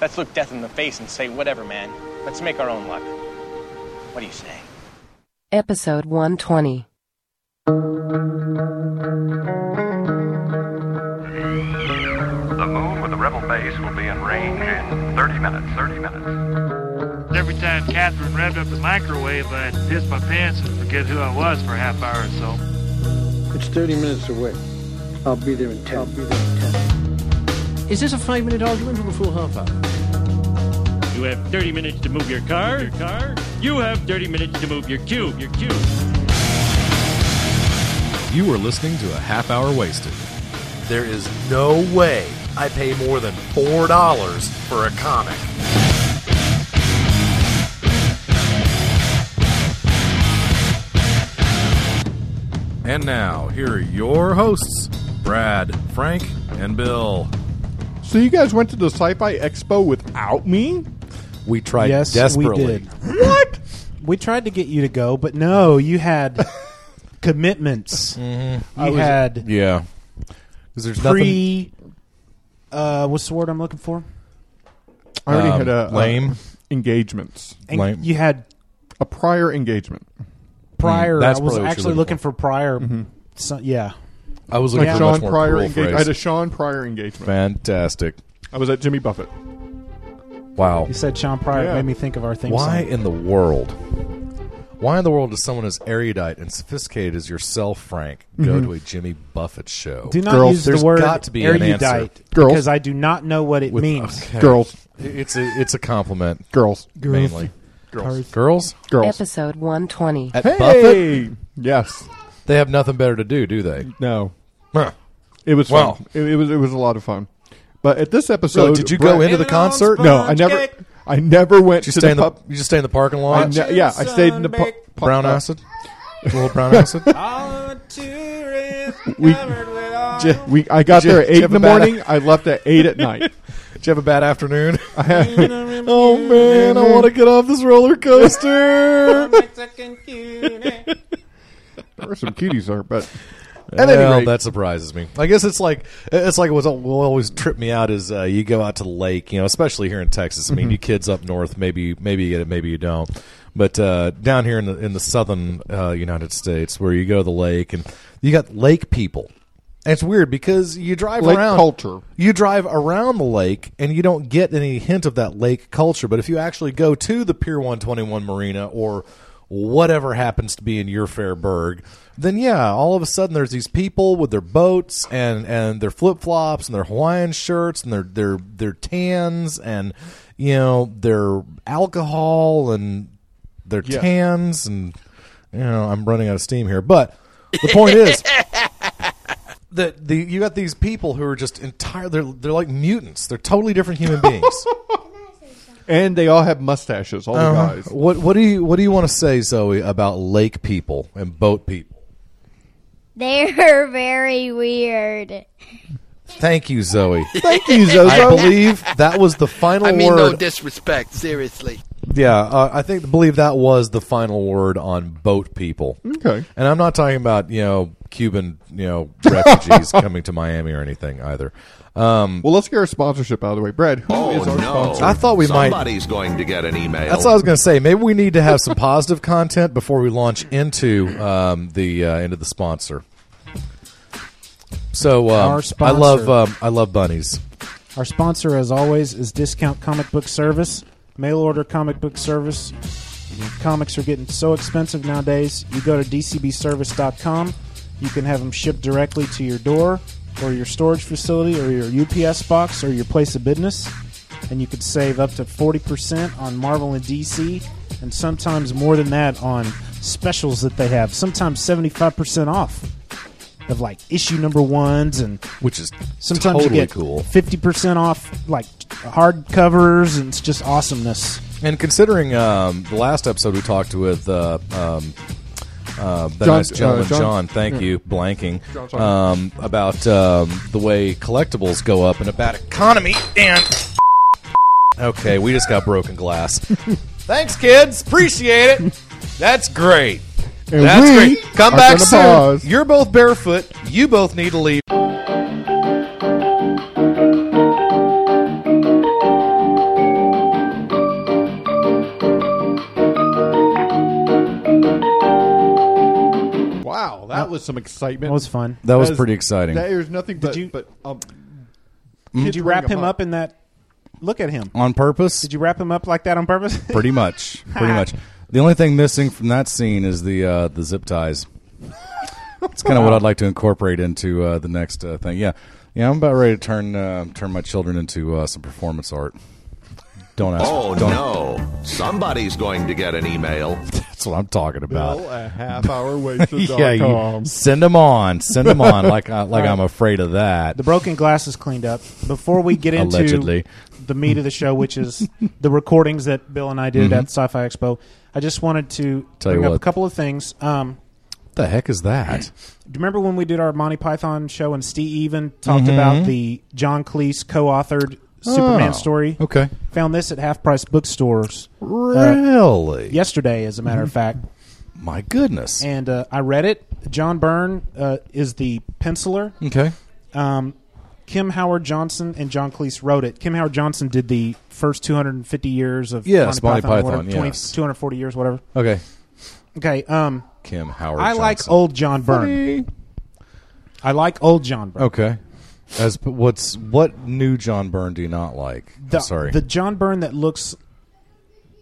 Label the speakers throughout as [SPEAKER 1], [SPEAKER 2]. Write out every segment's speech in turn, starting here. [SPEAKER 1] Let's look death in the face and say, whatever, man. Let's make our own luck. What do you say?
[SPEAKER 2] Episode 120.
[SPEAKER 3] The moon with the rebel base will be in range in 30 minutes. 30 minutes.
[SPEAKER 4] Every time Catherine revved up the microwave, I'd piss my pants and forget who I was for a half hour or so.
[SPEAKER 5] It's 30 minutes away. I'll be there in 10. I'll be there in 10.
[SPEAKER 6] Is this a five minute argument or a full half hour?
[SPEAKER 7] You have 30 minutes to move your car. Your car. You have 30 minutes to move your cube. Your cube.
[SPEAKER 8] You are listening to a half hour wasted.
[SPEAKER 9] There is no way I pay more than four dollars for a comic.
[SPEAKER 8] And now, here are your hosts, Brad, Frank, and Bill.
[SPEAKER 10] So you guys went to the Sci-Fi Expo without me?
[SPEAKER 9] We tried
[SPEAKER 11] Yes,
[SPEAKER 9] desperately.
[SPEAKER 11] we did. What? We tried to get you to go, but no, you had commitments. You had
[SPEAKER 10] Yeah.
[SPEAKER 9] Because there's nothing
[SPEAKER 11] pre. Uh, what's the word I'm looking for?
[SPEAKER 10] I already had a,
[SPEAKER 8] Um,
[SPEAKER 10] a-
[SPEAKER 8] lame.
[SPEAKER 10] engagements,
[SPEAKER 11] And
[SPEAKER 8] Like-
[SPEAKER 11] you had
[SPEAKER 10] a prior engagement.
[SPEAKER 11] prior.
[SPEAKER 9] that's
[SPEAKER 11] I
[SPEAKER 9] probably
[SPEAKER 11] was
[SPEAKER 9] what you're
[SPEAKER 11] actually
[SPEAKER 9] looking
[SPEAKER 11] looking for prior. so- yeah,
[SPEAKER 8] I was
[SPEAKER 10] Like
[SPEAKER 8] looking for a
[SPEAKER 10] Sean
[SPEAKER 8] much more
[SPEAKER 10] Pryor
[SPEAKER 8] cool
[SPEAKER 10] engagement.
[SPEAKER 8] phrase.
[SPEAKER 10] I had a Sean Pryor engagement.
[SPEAKER 8] Fantastic.
[SPEAKER 10] I was at Jimmy Buffett.
[SPEAKER 8] Wow.
[SPEAKER 11] you said Sean Pryor.
[SPEAKER 10] Yeah.
[SPEAKER 11] It made me think of our thing.
[SPEAKER 8] Why
[SPEAKER 11] song.
[SPEAKER 8] in the world? Why in the world does someone as erudite and sophisticated as yourself, Frank, go to a Jimmy Buffett show?
[SPEAKER 11] Do not
[SPEAKER 10] Girls,
[SPEAKER 11] use the
[SPEAKER 8] there's
[SPEAKER 11] word
[SPEAKER 8] got to be an
[SPEAKER 11] erudite
[SPEAKER 8] answer.
[SPEAKER 10] Girls.
[SPEAKER 11] because I do not know what it
[SPEAKER 8] With-
[SPEAKER 11] means.
[SPEAKER 8] okay.
[SPEAKER 10] Girls.
[SPEAKER 8] It's a it's a compliment
[SPEAKER 10] Girls.
[SPEAKER 8] mainly.
[SPEAKER 10] Girls.
[SPEAKER 8] Girls
[SPEAKER 10] Girls.
[SPEAKER 2] Episode 120.
[SPEAKER 8] at Buffett,
[SPEAKER 10] Hey! Yes.
[SPEAKER 8] they have nothing better to do, do they?
[SPEAKER 10] No.
[SPEAKER 8] Huh.
[SPEAKER 10] It was
[SPEAKER 8] Wow.
[SPEAKER 10] fun. It, it was it was a lot of fun. But at this episode,
[SPEAKER 8] Really, did you
[SPEAKER 10] Brett-
[SPEAKER 8] go into the concert?
[SPEAKER 10] No, I never. I never went
[SPEAKER 8] Did you
[SPEAKER 10] to
[SPEAKER 8] stay in the
[SPEAKER 10] pub.
[SPEAKER 8] you just stay in the parking
[SPEAKER 10] I
[SPEAKER 8] lot.
[SPEAKER 10] ne- yeah, I stayed in the pu- pu-
[SPEAKER 8] brown
[SPEAKER 10] uh,
[SPEAKER 8] acid, a little brown acid.
[SPEAKER 10] We, J- we, I
[SPEAKER 8] Jeff-
[SPEAKER 10] got there at eight
[SPEAKER 8] Jeff
[SPEAKER 10] in the
[SPEAKER 8] Abata.
[SPEAKER 10] morning. I left at eight at night.
[SPEAKER 8] Did you have a bad afternoon?
[SPEAKER 10] I had,
[SPEAKER 8] oh man, I want to get off this roller coaster.
[SPEAKER 10] there were some cuties there, but
[SPEAKER 8] At
[SPEAKER 10] any
[SPEAKER 8] well,
[SPEAKER 10] rate-
[SPEAKER 8] that surprises me. I guess it's like it's like what will always trip me out is uh, you go out to the lake, you know, especially here in Texas. I mean, you kids up north, maybe maybe you get it, maybe you don't. But uh, down here in the in the southern uh, United States, where you go to the lake and you got lake people, and it's weird because you drive
[SPEAKER 10] Lake
[SPEAKER 8] around
[SPEAKER 10] culture.
[SPEAKER 8] You drive around the lake and you don't get any hint of that lake culture. But if you actually go to the Pier 121 Marina or whatever happens to be in your fair burg, then yeah, all of a sudden there's these people with their boats and, and their flip flops and their Hawaiian shirts and their, their their tans and you know their alcohol and their
[SPEAKER 10] Yes.
[SPEAKER 8] tans and you know I'm running out of steam here, but the point is that the you got these people who are just entire they're they're like mutants. They're totally different human beings.
[SPEAKER 10] and they all have mustaches. All
[SPEAKER 11] Uh-huh.
[SPEAKER 8] Uh,
[SPEAKER 10] the guys.
[SPEAKER 8] what what do you what do you want to say, Zoe, about lake people and boat people?
[SPEAKER 12] They're very weird.
[SPEAKER 8] Thank you, Zoe.
[SPEAKER 10] Thank you,
[SPEAKER 8] I
[SPEAKER 10] Zozo.
[SPEAKER 8] believe that was the final
[SPEAKER 13] I mean,
[SPEAKER 8] word.
[SPEAKER 13] no disrespect, seriously.
[SPEAKER 8] yeah, uh, I think believe that was the final word on boat people.
[SPEAKER 10] okay.
[SPEAKER 8] And I'm not talking about you know Cuban you know refugees coming to Miami or anything either. Um,
[SPEAKER 10] Well, let's get our sponsorship out of the way. Brad, Who is
[SPEAKER 8] Oh,
[SPEAKER 10] our sponsor?
[SPEAKER 8] I thought we might
[SPEAKER 3] Somebody's going to get an email.
[SPEAKER 8] That's what I was going to say. Maybe we need to have some positive content before we launch into um, the uh, into the sponsor. So um,
[SPEAKER 11] Our
[SPEAKER 8] I
[SPEAKER 11] sponsor.
[SPEAKER 8] love um, I love bunnies.
[SPEAKER 11] Our sponsor, as always, is Discount Comic Book Service, mail order comic book service. Comics are getting so expensive nowadays. You go to dcbservice.com. You can have them shipped directly to your door or your storage facility or your UPS box or your place of business. And you could save up to 40% on Marvel and DC and sometimes more than that on specials that they have, sometimes 75% off of like issue number ones and
[SPEAKER 8] which is
[SPEAKER 11] Sometimes
[SPEAKER 8] totally
[SPEAKER 11] you get
[SPEAKER 8] cool.
[SPEAKER 11] fifty percent off like hard covers, and it's just awesomeness.
[SPEAKER 8] And considering um, the last episode we talked with uh, um, uh, that
[SPEAKER 10] John-
[SPEAKER 8] nice gentleman
[SPEAKER 10] uh, John-
[SPEAKER 8] John, thank you, blanking
[SPEAKER 10] John, sorry.
[SPEAKER 8] um, about um, the way collectibles go up and about economy and. Okay, we just got broken glass. Thanks, kids. Appreciate it. That's great.
[SPEAKER 10] And
[SPEAKER 8] That's
[SPEAKER 10] we
[SPEAKER 8] great. Come
[SPEAKER 10] are
[SPEAKER 8] back
[SPEAKER 10] gonna
[SPEAKER 8] soon.
[SPEAKER 10] pause.
[SPEAKER 8] You're both barefoot. You both need to leave.
[SPEAKER 10] that was some excitement.
[SPEAKER 11] That was fun.
[SPEAKER 8] That was
[SPEAKER 10] is-
[SPEAKER 8] pretty exciting.
[SPEAKER 10] That is nothing
[SPEAKER 11] Did
[SPEAKER 10] but
[SPEAKER 11] you-
[SPEAKER 10] but um,
[SPEAKER 11] Did
[SPEAKER 10] kids
[SPEAKER 11] you wrap
[SPEAKER 10] bring 'em
[SPEAKER 11] him up in that? Look at him.
[SPEAKER 8] on purpose.
[SPEAKER 11] Did you wrap him up like that on purpose?
[SPEAKER 8] Pretty much. Pretty much. The only thing missing from that scene is the uh, the zip ties. It's kind of what I'd like to incorporate into uh, the next uh, thing. Yeah, yeah. I'm about ready to turn uh, turn my children into uh, some performance art. Don't ask.
[SPEAKER 3] Oh
[SPEAKER 8] don't-
[SPEAKER 3] no! Somebody's going to get an email.
[SPEAKER 8] That's what I'm talking about.
[SPEAKER 10] Bill a half hour waste.
[SPEAKER 8] yeah, you, send them on. Send them on. Like I, like I'm afraid of that.
[SPEAKER 11] The broken glass is cleaned up. Before we get into
[SPEAKER 8] Allegedly.
[SPEAKER 11] the meat of the show, which is the recordings that Bill and I did
[SPEAKER 8] Mhm.
[SPEAKER 11] at Sci-Fi Expo, I just wanted to
[SPEAKER 8] Tell you
[SPEAKER 11] bring up
[SPEAKER 8] what.
[SPEAKER 11] a couple of things. Um,
[SPEAKER 8] What the heck is that?
[SPEAKER 11] do you remember when we did our Monty Python show and Steve even talked
[SPEAKER 8] Mhm.
[SPEAKER 11] about the John Cleese co-authored Superman
[SPEAKER 8] Oh,
[SPEAKER 11] story?
[SPEAKER 8] okay.
[SPEAKER 11] Found this at half-price bookstores. uh,
[SPEAKER 8] Really? Mm-hmm.
[SPEAKER 11] yesterday, as a matter of fact.
[SPEAKER 8] My goodness.
[SPEAKER 11] And uh, I read it. John Byrne uh, is the penciler.
[SPEAKER 8] Okay.
[SPEAKER 11] Um, Kim Howard Johnson and John Cleese wrote it. Kim Howard Johnson did the first 250 years of
[SPEAKER 8] Yes, Monty
[SPEAKER 11] or
[SPEAKER 8] Python,
[SPEAKER 11] whatever, 20
[SPEAKER 8] yes.
[SPEAKER 11] 240 years, whatever.
[SPEAKER 8] Okay.
[SPEAKER 11] Okay. Um,
[SPEAKER 8] Kim Howard.
[SPEAKER 11] I like
[SPEAKER 8] Johnson.
[SPEAKER 11] old John Byrne. I like old John Byrne.
[SPEAKER 8] Okay. As but what's what new John Byrne do you not like?
[SPEAKER 11] The,
[SPEAKER 8] Oh, Sorry.
[SPEAKER 11] The John Byrne that looks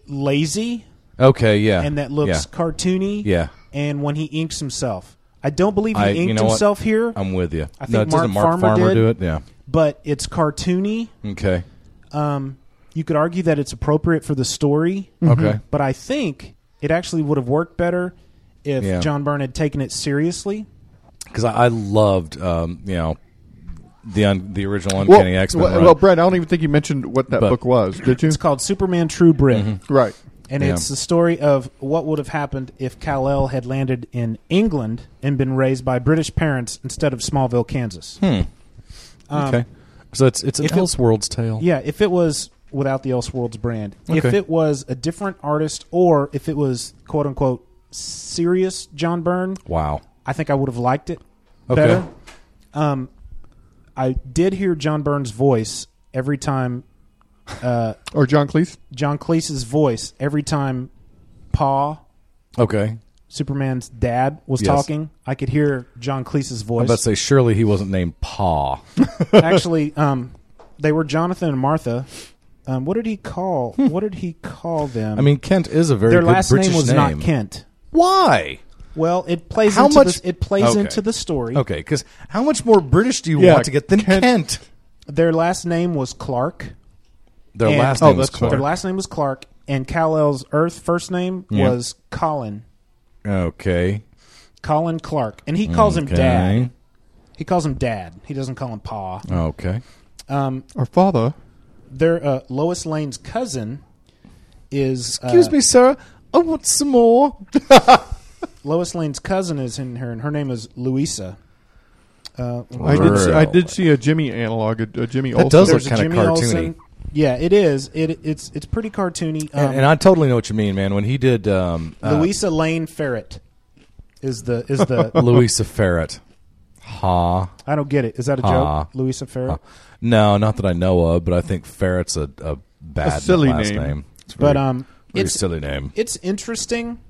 [SPEAKER 11] lazy
[SPEAKER 8] okay, yeah.
[SPEAKER 11] and that looks
[SPEAKER 8] yeah.
[SPEAKER 11] cartoony.
[SPEAKER 8] Yeah.
[SPEAKER 11] And when he inks himself. I don't believe he
[SPEAKER 8] I- you
[SPEAKER 11] inked
[SPEAKER 8] know what?
[SPEAKER 11] himself here.
[SPEAKER 8] I'm with you.
[SPEAKER 11] I think
[SPEAKER 8] No,
[SPEAKER 11] Mark,
[SPEAKER 8] doesn't Mark
[SPEAKER 11] Farmer,
[SPEAKER 8] Farmer
[SPEAKER 11] did,
[SPEAKER 8] do it? Yeah.
[SPEAKER 11] But it's cartoony.
[SPEAKER 8] Okay.
[SPEAKER 11] Um, you could argue that it's appropriate for the story.
[SPEAKER 8] Okay.
[SPEAKER 11] But I think it actually would have worked better if
[SPEAKER 8] Yeah.
[SPEAKER 11] John Byrne had taken it seriously.
[SPEAKER 8] Because I, I loved um, you know the un, the original Uncanny X Men.
[SPEAKER 10] well, well, Brett, I don't even think you mentioned what that
[SPEAKER 8] But-
[SPEAKER 10] book was. Did you? It's
[SPEAKER 11] called Superman True Brit.
[SPEAKER 8] Mm-hmm.
[SPEAKER 10] Right.
[SPEAKER 11] And
[SPEAKER 10] Yeah.
[SPEAKER 11] it's the story of what would have happened if Kal El had landed in England and been raised by British parents instead of Smallville, Kansas.
[SPEAKER 8] Hmm.
[SPEAKER 11] Um,
[SPEAKER 8] okay. So it's it's an
[SPEAKER 11] if it-
[SPEAKER 8] Elseworlds tale.
[SPEAKER 11] Yeah, if it was without the Elseworlds brand, if
[SPEAKER 8] Okay.
[SPEAKER 11] it was a different artist, or if it was quote unquote serious John Byrne,
[SPEAKER 8] Wow.
[SPEAKER 11] I think I would have liked it
[SPEAKER 8] Okay.
[SPEAKER 11] better. Um, I did hear John Byrne's voice every time, uh,
[SPEAKER 10] or John Cleese.
[SPEAKER 11] John Cleese's voice every time Pa
[SPEAKER 8] Okay.
[SPEAKER 11] Superman's dad was
[SPEAKER 8] Yes.
[SPEAKER 11] talking. I could hear John Cleese's
[SPEAKER 8] I'm
[SPEAKER 11] voice.
[SPEAKER 8] about to say surely he wasn't named Pa.
[SPEAKER 11] Actually, um, they were Jonathan and Martha. Um, what did he call? What did he call them?
[SPEAKER 8] I mean, Kent is a very
[SPEAKER 11] their
[SPEAKER 8] good
[SPEAKER 11] last
[SPEAKER 8] British
[SPEAKER 11] name was
[SPEAKER 8] name.
[SPEAKER 11] not Kent.
[SPEAKER 8] Why?
[SPEAKER 11] Well, it plays
[SPEAKER 8] How
[SPEAKER 11] into
[SPEAKER 8] much
[SPEAKER 11] the, it plays
[SPEAKER 8] Okay.
[SPEAKER 11] into the story.
[SPEAKER 8] Okay, because how much more British do you want to get than Kent?
[SPEAKER 11] Their last name was Clark.
[SPEAKER 8] Their
[SPEAKER 11] And- oh,
[SPEAKER 8] last name was Clark.
[SPEAKER 11] Their last name was Clark, and Kal El's Earth first name
[SPEAKER 8] Yeah.
[SPEAKER 11] was Colin.
[SPEAKER 8] Okay.
[SPEAKER 11] Colin Clark, and he calls him
[SPEAKER 8] Okay.
[SPEAKER 11] Dad. He calls him Dad. He doesn't call him Pa.
[SPEAKER 8] Okay.
[SPEAKER 11] Um,
[SPEAKER 10] Our father.
[SPEAKER 11] their uh, Lois Lane's cousin is. uh,
[SPEAKER 8] Excuse me, sir. I want some more.
[SPEAKER 11] Lois Lane's cousin is in her, and her name is Louisa. Uh,
[SPEAKER 10] I did. See, I did see a Jimmy analog. A, a Jimmy.
[SPEAKER 8] That
[SPEAKER 10] Olsen.
[SPEAKER 8] does look
[SPEAKER 11] There's a
[SPEAKER 8] kinda
[SPEAKER 11] Jimmy
[SPEAKER 8] cartoony.
[SPEAKER 11] Olsen. Yeah, it is. It it's it's pretty cartoony. Um,
[SPEAKER 8] and, and I totally know what you mean, man. When he did um, uh,
[SPEAKER 11] Louisa Lane Ferret is the is the
[SPEAKER 8] Louisa Ferret. Ha.
[SPEAKER 11] I don't get it. Is that a joke?
[SPEAKER 8] Ha.
[SPEAKER 11] Louisa Ferret.
[SPEAKER 8] Ha. No, not that I know of, but I think Ferret's a, a bad
[SPEAKER 10] silly
[SPEAKER 8] last
[SPEAKER 10] name.
[SPEAKER 8] name. It's
[SPEAKER 11] But,
[SPEAKER 8] very-
[SPEAKER 11] um,
[SPEAKER 8] very
[SPEAKER 11] it's-
[SPEAKER 8] silly name.
[SPEAKER 11] It's interesting.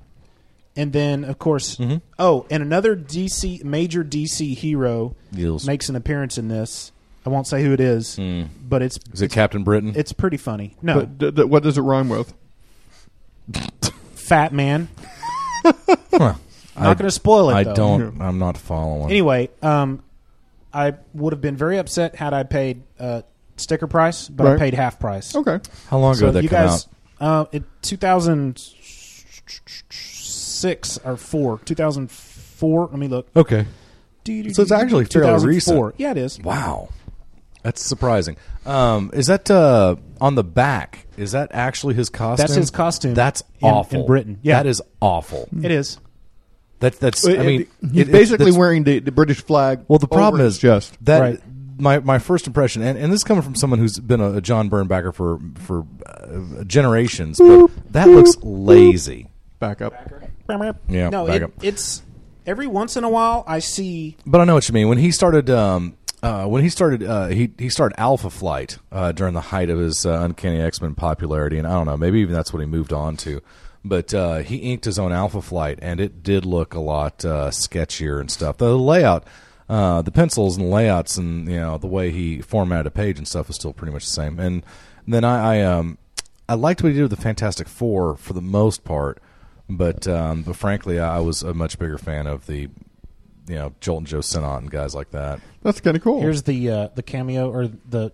[SPEAKER 11] And then of course,
[SPEAKER 8] Mm-hmm.
[SPEAKER 11] oh, and another DC major DC hero
[SPEAKER 8] Yes.
[SPEAKER 11] makes an appearance in this. I won't say who it is,
[SPEAKER 8] Hmm.
[SPEAKER 11] but it's
[SPEAKER 8] Is it Captain Britain?
[SPEAKER 11] it's pretty funny. No,
[SPEAKER 10] But d- d- what does it rhyme with?
[SPEAKER 11] fat man.
[SPEAKER 8] I-
[SPEAKER 11] Not going to spoil it.
[SPEAKER 8] I
[SPEAKER 11] though.
[SPEAKER 8] don't. I'm not following.
[SPEAKER 11] Anyway, um, I would have been very upset had I paid uh, sticker price, but I
[SPEAKER 8] Right.
[SPEAKER 11] paid half price.
[SPEAKER 10] Okay.
[SPEAKER 8] How long ago
[SPEAKER 11] So
[SPEAKER 8] did that
[SPEAKER 11] you
[SPEAKER 8] come
[SPEAKER 11] guys, Uh, it, 2006 or four, 2004. Let me look.
[SPEAKER 8] Okay. So it's actually fairly
[SPEAKER 11] 2004.
[SPEAKER 8] recent.
[SPEAKER 11] Yeah, it is.
[SPEAKER 8] Wow. That's surprising. Um, is that uh, on the back? Is that actually his costume?
[SPEAKER 11] his costume
[SPEAKER 8] That's
[SPEAKER 11] in-
[SPEAKER 8] awful.
[SPEAKER 11] in Britain. Yeah. Mm-hmm.
[SPEAKER 8] that is awful.
[SPEAKER 11] It is.
[SPEAKER 8] That that's.
[SPEAKER 10] It-
[SPEAKER 8] I mean,
[SPEAKER 10] it- he's
[SPEAKER 8] it- it-
[SPEAKER 10] basically
[SPEAKER 8] that's-
[SPEAKER 10] wearing the, the British flag.
[SPEAKER 8] Well, the problem
[SPEAKER 10] over
[SPEAKER 8] is
[SPEAKER 10] his chest.
[SPEAKER 8] that my my first impression, and, and this is coming from someone who's been a, a John Byrne backer for for uh, generations, but that looks lazy.
[SPEAKER 10] Back up.
[SPEAKER 8] Yeah,
[SPEAKER 11] No,
[SPEAKER 8] back
[SPEAKER 11] it,
[SPEAKER 8] up.
[SPEAKER 11] it's every once in a while I see
[SPEAKER 8] But I know what you mean. When he started, um, uh, when he started, uh, he he started Alpha Flight uh, during the height of his uh, Uncanny X Men popularity, and I don't know, maybe even that's what he moved on to. But uh, he inked his own Alpha Flight, and it did look a lot uh, sketchier and stuff. The layout, uh, the pencils and layouts, and you know the way he formatted a page and stuff was still pretty much the same. And then I, I um, I liked what he did with the Fantastic Four for the most part, but um, but frankly, I was a much bigger fan of the, you know, Jolt and Joe Sinnott and guys like that.
[SPEAKER 10] That's kind of cool.
[SPEAKER 11] Here's the uh, the cameo or the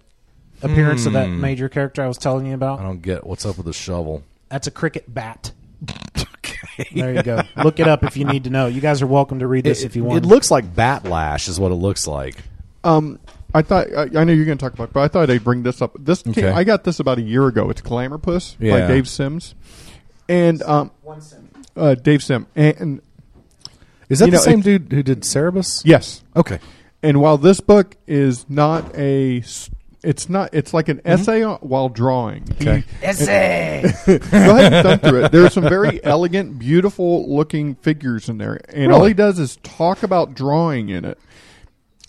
[SPEAKER 11] appearance of that
[SPEAKER 8] Hmm.
[SPEAKER 11] major character I was telling you about.
[SPEAKER 8] I don't get what's up with the shovel.
[SPEAKER 11] That's a cricket bat. There you go. Look it up if you need to know. You guys are welcome to read this
[SPEAKER 8] It-
[SPEAKER 11] if you want.
[SPEAKER 8] It looks like Batlash is what it looks like.
[SPEAKER 10] Um, I thought I, I know you're going to talk about, it, but I thought I'd bring this up. This came-
[SPEAKER 8] Okay.
[SPEAKER 10] I got this about a year ago. It's Glamour Puss by
[SPEAKER 8] Yeah.
[SPEAKER 10] Dave Sims, and um, uh, Dave Sim and, and
[SPEAKER 8] Is that
[SPEAKER 10] you
[SPEAKER 8] the
[SPEAKER 10] know,
[SPEAKER 8] same
[SPEAKER 10] it-
[SPEAKER 8] dude who did Cerebus?
[SPEAKER 10] Yes.
[SPEAKER 8] Okay.
[SPEAKER 10] And while this book is not a, s- it's not. It's like an essay on, while drawing. He-
[SPEAKER 8] Mm-hmm. Okay.
[SPEAKER 10] Essay. Go ahead and thumb through it. There are some very elegant, beautiful looking figures in there, and all
[SPEAKER 8] Really?
[SPEAKER 10] he does is talk about drawing in it.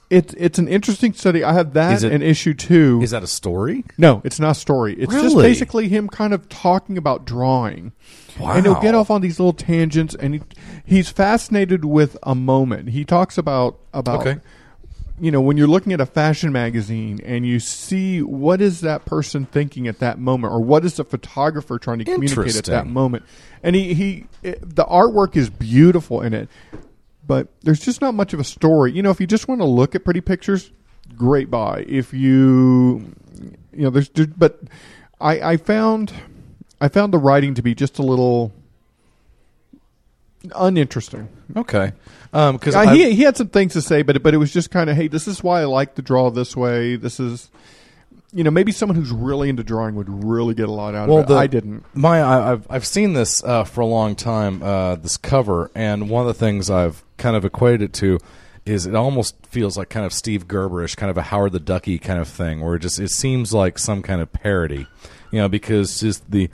[SPEAKER 10] It's it's an interesting study. I have that
[SPEAKER 8] Is it-
[SPEAKER 10] and issue two.
[SPEAKER 8] Is that a story?
[SPEAKER 10] No, it's not a story. It's just
[SPEAKER 8] Really?
[SPEAKER 10] basically him kind of talking about drawing. And he'll
[SPEAKER 8] Wow.
[SPEAKER 10] get off on these little tangents and he, he's fascinated with a moment. He talks about about
[SPEAKER 8] Okay.
[SPEAKER 10] you know, when you're looking at a fashion magazine and you see what is that person thinking at that moment or what is the photographer trying to communicate at that
[SPEAKER 8] Interesting.
[SPEAKER 10] moment. And he he it, the artwork is beautiful in it. But there's just not much of a story. You know, if you just want to look at pretty pictures, great buy. If you, you know, there's, there- but I, I found, I found the writing to be just a little uninteresting.
[SPEAKER 8] Okay. Um, because
[SPEAKER 10] Uh, he, he had some things to say, but but it was just kind of, hey, this is why I like to draw this way. This is, you know, maybe someone who's really into drawing would really get a lot out of it. I didn't.
[SPEAKER 8] My, I, I've I've seen this uh, for a long time. Uh, this cover, and one of the things I've kind of equated it to is it almost feels like kind of Steve Gerberish, kind of a Howard the Ducky kind of thing, where it just it seems like some kind of parody, you know, because just the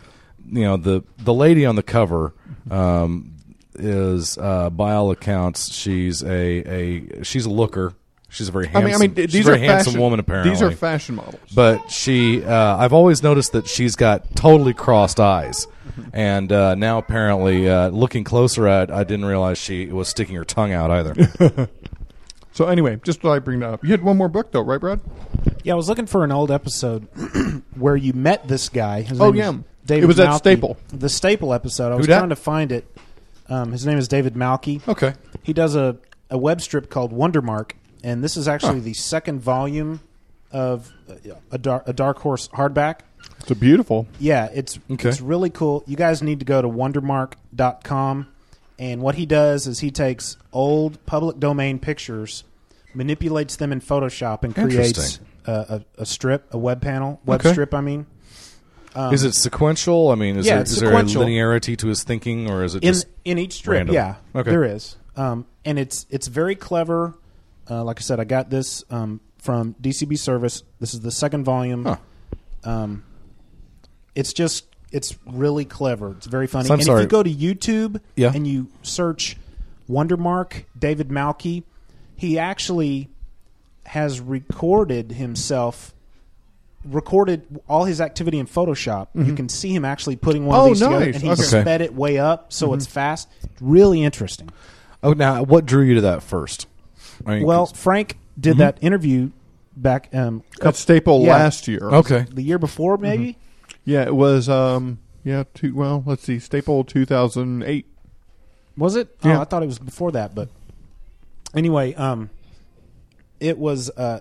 [SPEAKER 8] you know the the lady on the cover. Um, is uh, by all accounts she's a, a she's a looker she's a very
[SPEAKER 10] I mean- I
[SPEAKER 8] handsome
[SPEAKER 10] mean, th-
[SPEAKER 8] she's
[SPEAKER 10] these
[SPEAKER 8] a very
[SPEAKER 10] are
[SPEAKER 8] handsome
[SPEAKER 10] fashion-
[SPEAKER 8] woman
[SPEAKER 10] these
[SPEAKER 8] apparently
[SPEAKER 10] are fashion models.
[SPEAKER 8] but she uh, i've always noticed that she's got totally crossed eyes and uh, now apparently uh, looking closer at i didn't realize she was sticking her tongue out either
[SPEAKER 10] So anyway, just thought I'd bring that up. You had one more book though, right, Brad?
[SPEAKER 11] Yeah, I was looking for an old episode where you met this guy. His
[SPEAKER 10] Oh,
[SPEAKER 11] name is
[SPEAKER 10] yeah.
[SPEAKER 11] David
[SPEAKER 10] It was at
[SPEAKER 11] Malky.
[SPEAKER 10] Staple.
[SPEAKER 11] The Staple episode. I was
[SPEAKER 10] Who dat?
[SPEAKER 11] trying to find it. Um, his name is David Malky.
[SPEAKER 8] Okay,
[SPEAKER 11] he does a, a web strip called Wondermark, and this is actually
[SPEAKER 10] Huh.
[SPEAKER 11] the second volume of uh, a, dar- a Dark Horse hardback.
[SPEAKER 10] It's a beautiful.
[SPEAKER 11] Yeah, it's
[SPEAKER 10] Okay.
[SPEAKER 11] it's really cool. You guys need to go to wondermark.com and what he does is he takes old public domain pictures, manipulates them in Photoshop and creates
[SPEAKER 8] Interesting.
[SPEAKER 11] a, a, a strip, a web panel, web
[SPEAKER 8] Okay.
[SPEAKER 11] strip, I mean. Um,
[SPEAKER 8] is it sequential i mean is,
[SPEAKER 11] yeah,
[SPEAKER 8] there,
[SPEAKER 11] it's
[SPEAKER 8] is there a
[SPEAKER 11] sequential.
[SPEAKER 8] linearity to his thinking or is it
[SPEAKER 11] in
[SPEAKER 8] just
[SPEAKER 11] in each strip.
[SPEAKER 8] random?
[SPEAKER 11] Yeah,
[SPEAKER 8] okay
[SPEAKER 11] there is, um, and it's it's very clever. Uh, like I said, I got this um, from DCB Service. This is the second volume. Um, it's just it's really clever. It's very funny.
[SPEAKER 8] So I'm
[SPEAKER 11] and if
[SPEAKER 8] sorry.
[SPEAKER 11] you go to YouTube
[SPEAKER 8] Yeah.
[SPEAKER 11] and you search Wondermark David Malky, he actually has recorded himself. Recorded all his activity in Photoshop. You
[SPEAKER 8] Mm-hmm.
[SPEAKER 10] Mhm.
[SPEAKER 11] can see him actually putting one of
[SPEAKER 10] Oh,
[SPEAKER 11] these together,
[SPEAKER 10] nice.
[SPEAKER 11] and he
[SPEAKER 10] Okay.
[SPEAKER 11] sped it way up so
[SPEAKER 8] Mm-hmm.
[SPEAKER 10] Mhm.
[SPEAKER 11] it's fast. Really interesting.
[SPEAKER 8] oh now what drew you to that first I mean,
[SPEAKER 11] Well, Frank did
[SPEAKER 8] Mhm.
[SPEAKER 11] that interview back um,
[SPEAKER 10] Mm-hmm. At Staple last year. Mm-hmm. Okay.
[SPEAKER 11] the year before maybe.
[SPEAKER 10] Yeah, it was. Um, yeah, two, well, let's see, Staple 2008.
[SPEAKER 11] Was it?
[SPEAKER 10] Yeah.
[SPEAKER 11] Oh, I thought it was before that, but anyway, um, it was uh,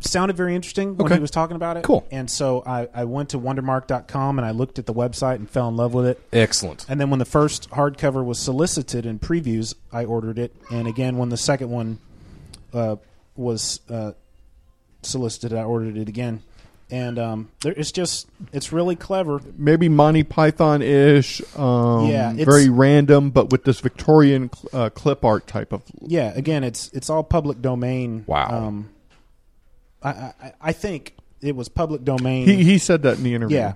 [SPEAKER 11] sounded very interesting when
[SPEAKER 8] Okay.
[SPEAKER 11] he was talking about it.
[SPEAKER 8] Cool.
[SPEAKER 11] And so I, I went to wondermark.com and I looked at the website and fell in love with it.
[SPEAKER 8] excellent
[SPEAKER 11] And then when the first hardcover was solicited in previews, I ordered it. And again, when the second one uh, was uh, solicited, I ordered it again. And um, there, it's just it's really clever.
[SPEAKER 10] Maybe Monty Python ish. Um,
[SPEAKER 11] Yeah, it's-
[SPEAKER 10] very random, but with this Victorian cl- uh, clip art type of.
[SPEAKER 11] Yeah, again, it's it's all public domain. Wow. Um, I, I I think it was public domain.
[SPEAKER 10] He he said that in the interview.
[SPEAKER 11] Yeah.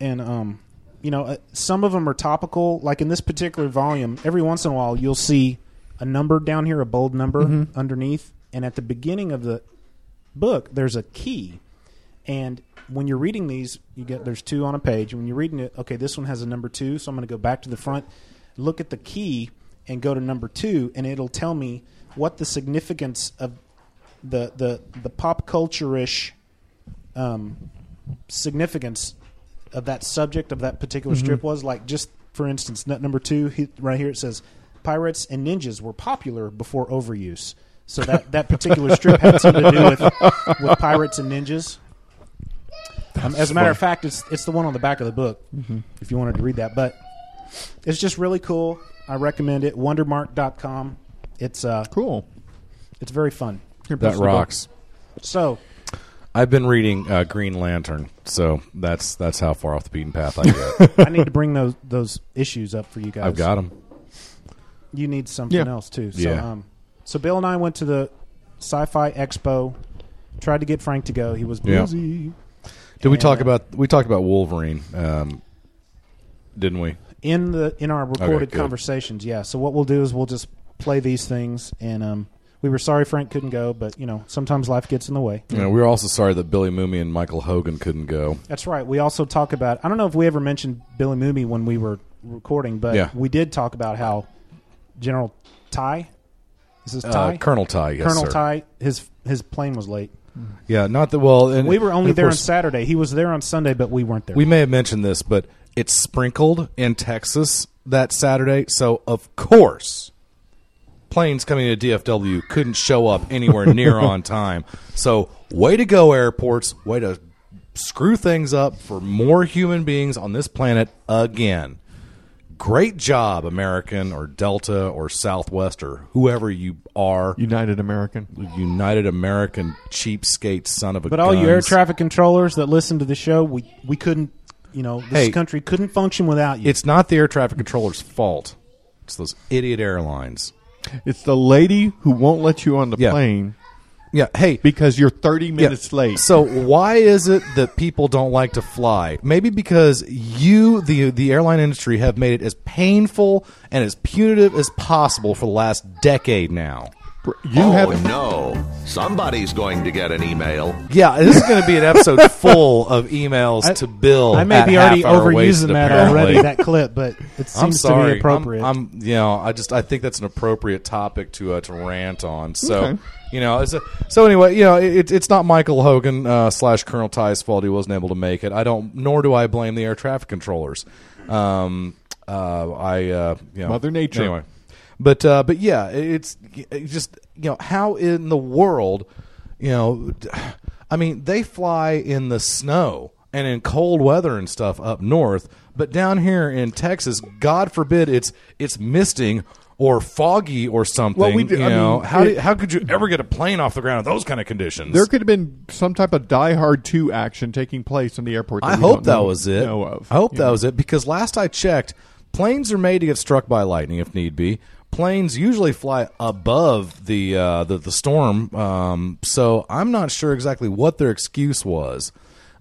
[SPEAKER 11] And um, you know, uh, some of them are topical. Like in this particular volume, every once in a while you'll see a number down here, a bold number
[SPEAKER 10] Mhm.
[SPEAKER 11] underneath, and at the beginning of the book there's a key, and when you're reading these, you get there's two on a page. When you're reading it, okay, this one has a number two, so I'm going to go back to the front, look at the key, and go to number two, and it'll tell me what the significance of the the the pop culture ish um, significance of that subject of that particular
[SPEAKER 8] Mm-hmm.
[SPEAKER 10] Mhm.
[SPEAKER 11] strip was. Like just for instance, nut number two he, right here it says pirates and ninjas were popular before overuse. So that, that particular strip had something to do with, with pirates and ninjas. Um, as a matter of fact, it's it's the one on the back of the book.
[SPEAKER 8] Mm-hmm.
[SPEAKER 10] Mhm.
[SPEAKER 11] If you wanted to read that, but it's just really cool. I recommend it. Wondermark.com. It's uh,
[SPEAKER 10] cool.
[SPEAKER 11] It's very fun.
[SPEAKER 8] That rocks.
[SPEAKER 11] So
[SPEAKER 8] I've been reading uh, Green Lantern, so that's that's how far off the beaten path I get.
[SPEAKER 11] I need to bring those those issues up for you guys.
[SPEAKER 8] I've got 'em.
[SPEAKER 11] You need something
[SPEAKER 8] Yeah.
[SPEAKER 11] else too. So,
[SPEAKER 8] Yeah.
[SPEAKER 11] um, so Bill and I went to the Sci-Fi Expo. Tried to get Frank to go. He was
[SPEAKER 8] Yeah.
[SPEAKER 11] busy.
[SPEAKER 8] Did we
[SPEAKER 11] And,
[SPEAKER 8] talk
[SPEAKER 11] uh,
[SPEAKER 8] about we talked about Wolverine? Um, didn't we?
[SPEAKER 11] in the in our recorded
[SPEAKER 8] good.
[SPEAKER 11] conversations. Yeah. So what we'll do is we'll just play these things, and um, we were sorry Frank couldn't go, but you know sometimes life gets in the way.
[SPEAKER 8] You know, we were also sorry that Billy Mooney and Michael Hogan couldn't go.
[SPEAKER 11] That's right. We also talk about. I don't know if we ever mentioned Billy Mooney when we were recording, but
[SPEAKER 8] Yeah.
[SPEAKER 11] we did talk about how General Ty. Is this
[SPEAKER 8] Uh,
[SPEAKER 11] Ty?
[SPEAKER 8] Colonel Ty, yes,
[SPEAKER 11] Colonel
[SPEAKER 8] sir.
[SPEAKER 11] Ty. His his plane was late.
[SPEAKER 8] Yeah, not that well. And
[SPEAKER 11] we were
[SPEAKER 8] and
[SPEAKER 11] only
[SPEAKER 8] of
[SPEAKER 11] there on
[SPEAKER 8] course,
[SPEAKER 11] Saturday. He was there on Sunday, but we weren't there.
[SPEAKER 8] We may have mentioned this, but it's sprinkled in Texas that Saturday, so of course planes coming to DFW couldn't show up anywhere near on time. So way to go airports, way to screw things up for more human beings on this planet again. Great job, American or Delta or Southwest or whoever you are.
[SPEAKER 10] United American.
[SPEAKER 8] United American cheapskate son of a
[SPEAKER 11] but all you air
[SPEAKER 8] guns.
[SPEAKER 11] traffic controllers that listen to the show, we we couldn't. You know, this
[SPEAKER 8] Hey.
[SPEAKER 11] country couldn't function without you.
[SPEAKER 8] It's not the air traffic controller's fault. It's those idiot airlines.
[SPEAKER 10] It's the lady who won't let you on the plane.
[SPEAKER 8] Yeah. Hey,
[SPEAKER 10] because you're 30
[SPEAKER 8] Yeah.
[SPEAKER 10] minutes late.
[SPEAKER 8] So why is it that people don't like to fly? Maybe because you, the the airline industry, have made it as painful and as punitive as possible for the last decade now.
[SPEAKER 3] You oh, no. Somebody's going to get an email.
[SPEAKER 8] Yeah, this is going to be an episode full of emails
[SPEAKER 3] I-
[SPEAKER 8] to Bill.
[SPEAKER 3] I may
[SPEAKER 8] at
[SPEAKER 3] be already
[SPEAKER 8] Half Hour Wasted,
[SPEAKER 11] overusing that
[SPEAKER 8] apparently.
[SPEAKER 11] already, that clip, but it
[SPEAKER 8] I'm
[SPEAKER 11] seems to be
[SPEAKER 8] sorry. I'm-
[SPEAKER 11] appropriate.
[SPEAKER 8] I'm, you know, I just I think that's an appropriate topic to uh, to rant on. So
[SPEAKER 11] Okay.
[SPEAKER 8] you know, it's a, so anyway, you know, it, it's not Michael Hogan uh, slash Colonel Ty's fault he wasn't able to make it. I don't, nor do I blame the air traffic controllers. Um, uh, I uh, you know,
[SPEAKER 10] Mother Nature.
[SPEAKER 8] Anyway, but uh, but yeah, it's it's just you know how in the world, you know, I mean they fly in the snow and in cold weather and stuff up north, but down here in Texas, God forbid it's it's misting or foggy or something.
[SPEAKER 10] Well, we do-
[SPEAKER 8] you
[SPEAKER 10] I
[SPEAKER 8] know
[SPEAKER 10] mean,
[SPEAKER 8] how
[SPEAKER 10] it-
[SPEAKER 8] do, how could you ever get a plane off the ground in those kind of conditions?
[SPEAKER 10] There could have been some type of Die Hard 2 action taking place in the airport. That
[SPEAKER 8] I
[SPEAKER 10] we
[SPEAKER 8] hope
[SPEAKER 10] don't
[SPEAKER 8] that
[SPEAKER 10] know-
[SPEAKER 8] was it.
[SPEAKER 10] Know of.
[SPEAKER 8] I hope that was it because last I checked, planes are made to get struck by lightning if need be. Planes usually fly above the uh, the, the storm, um, so I'm not sure exactly what their excuse was.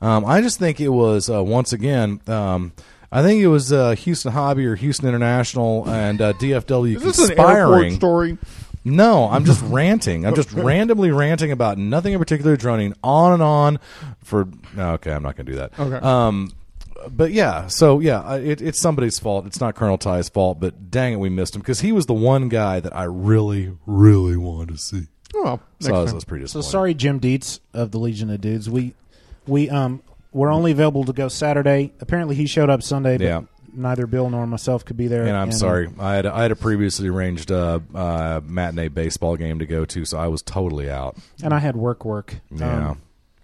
[SPEAKER 8] Um, I just think it was uh, once again. Um, I think it was uh, Houston Hobby or Houston International and uh, DFW
[SPEAKER 10] Is this an airport
[SPEAKER 8] conspiring.
[SPEAKER 10] story?
[SPEAKER 8] No, I'm just ranting. I'm just randomly ranting about nothing in particular, droning on and on for. No, okay, I'm not going to do that.
[SPEAKER 10] Okay.
[SPEAKER 8] Um, but yeah, so yeah, I- it, it's somebody's fault. It's not Colonel Ty's fault, but dang it, we missed him because he was the one guy that I really, really wanted to see. so I was, I was pretty
[SPEAKER 11] So
[SPEAKER 8] disappointed.
[SPEAKER 11] sorry, Jim Dietz of the Legion of Dudes. We we um we're only available to go Saturday. Apparently, he showed up Sunday, but
[SPEAKER 8] Yeah.
[SPEAKER 11] neither Bill nor myself could be there.
[SPEAKER 8] and I'm sorry. I had I had a previously arranged uh, uh, matinee baseball game to go to, so I was totally out.
[SPEAKER 11] And I had work, work.
[SPEAKER 8] Yeah,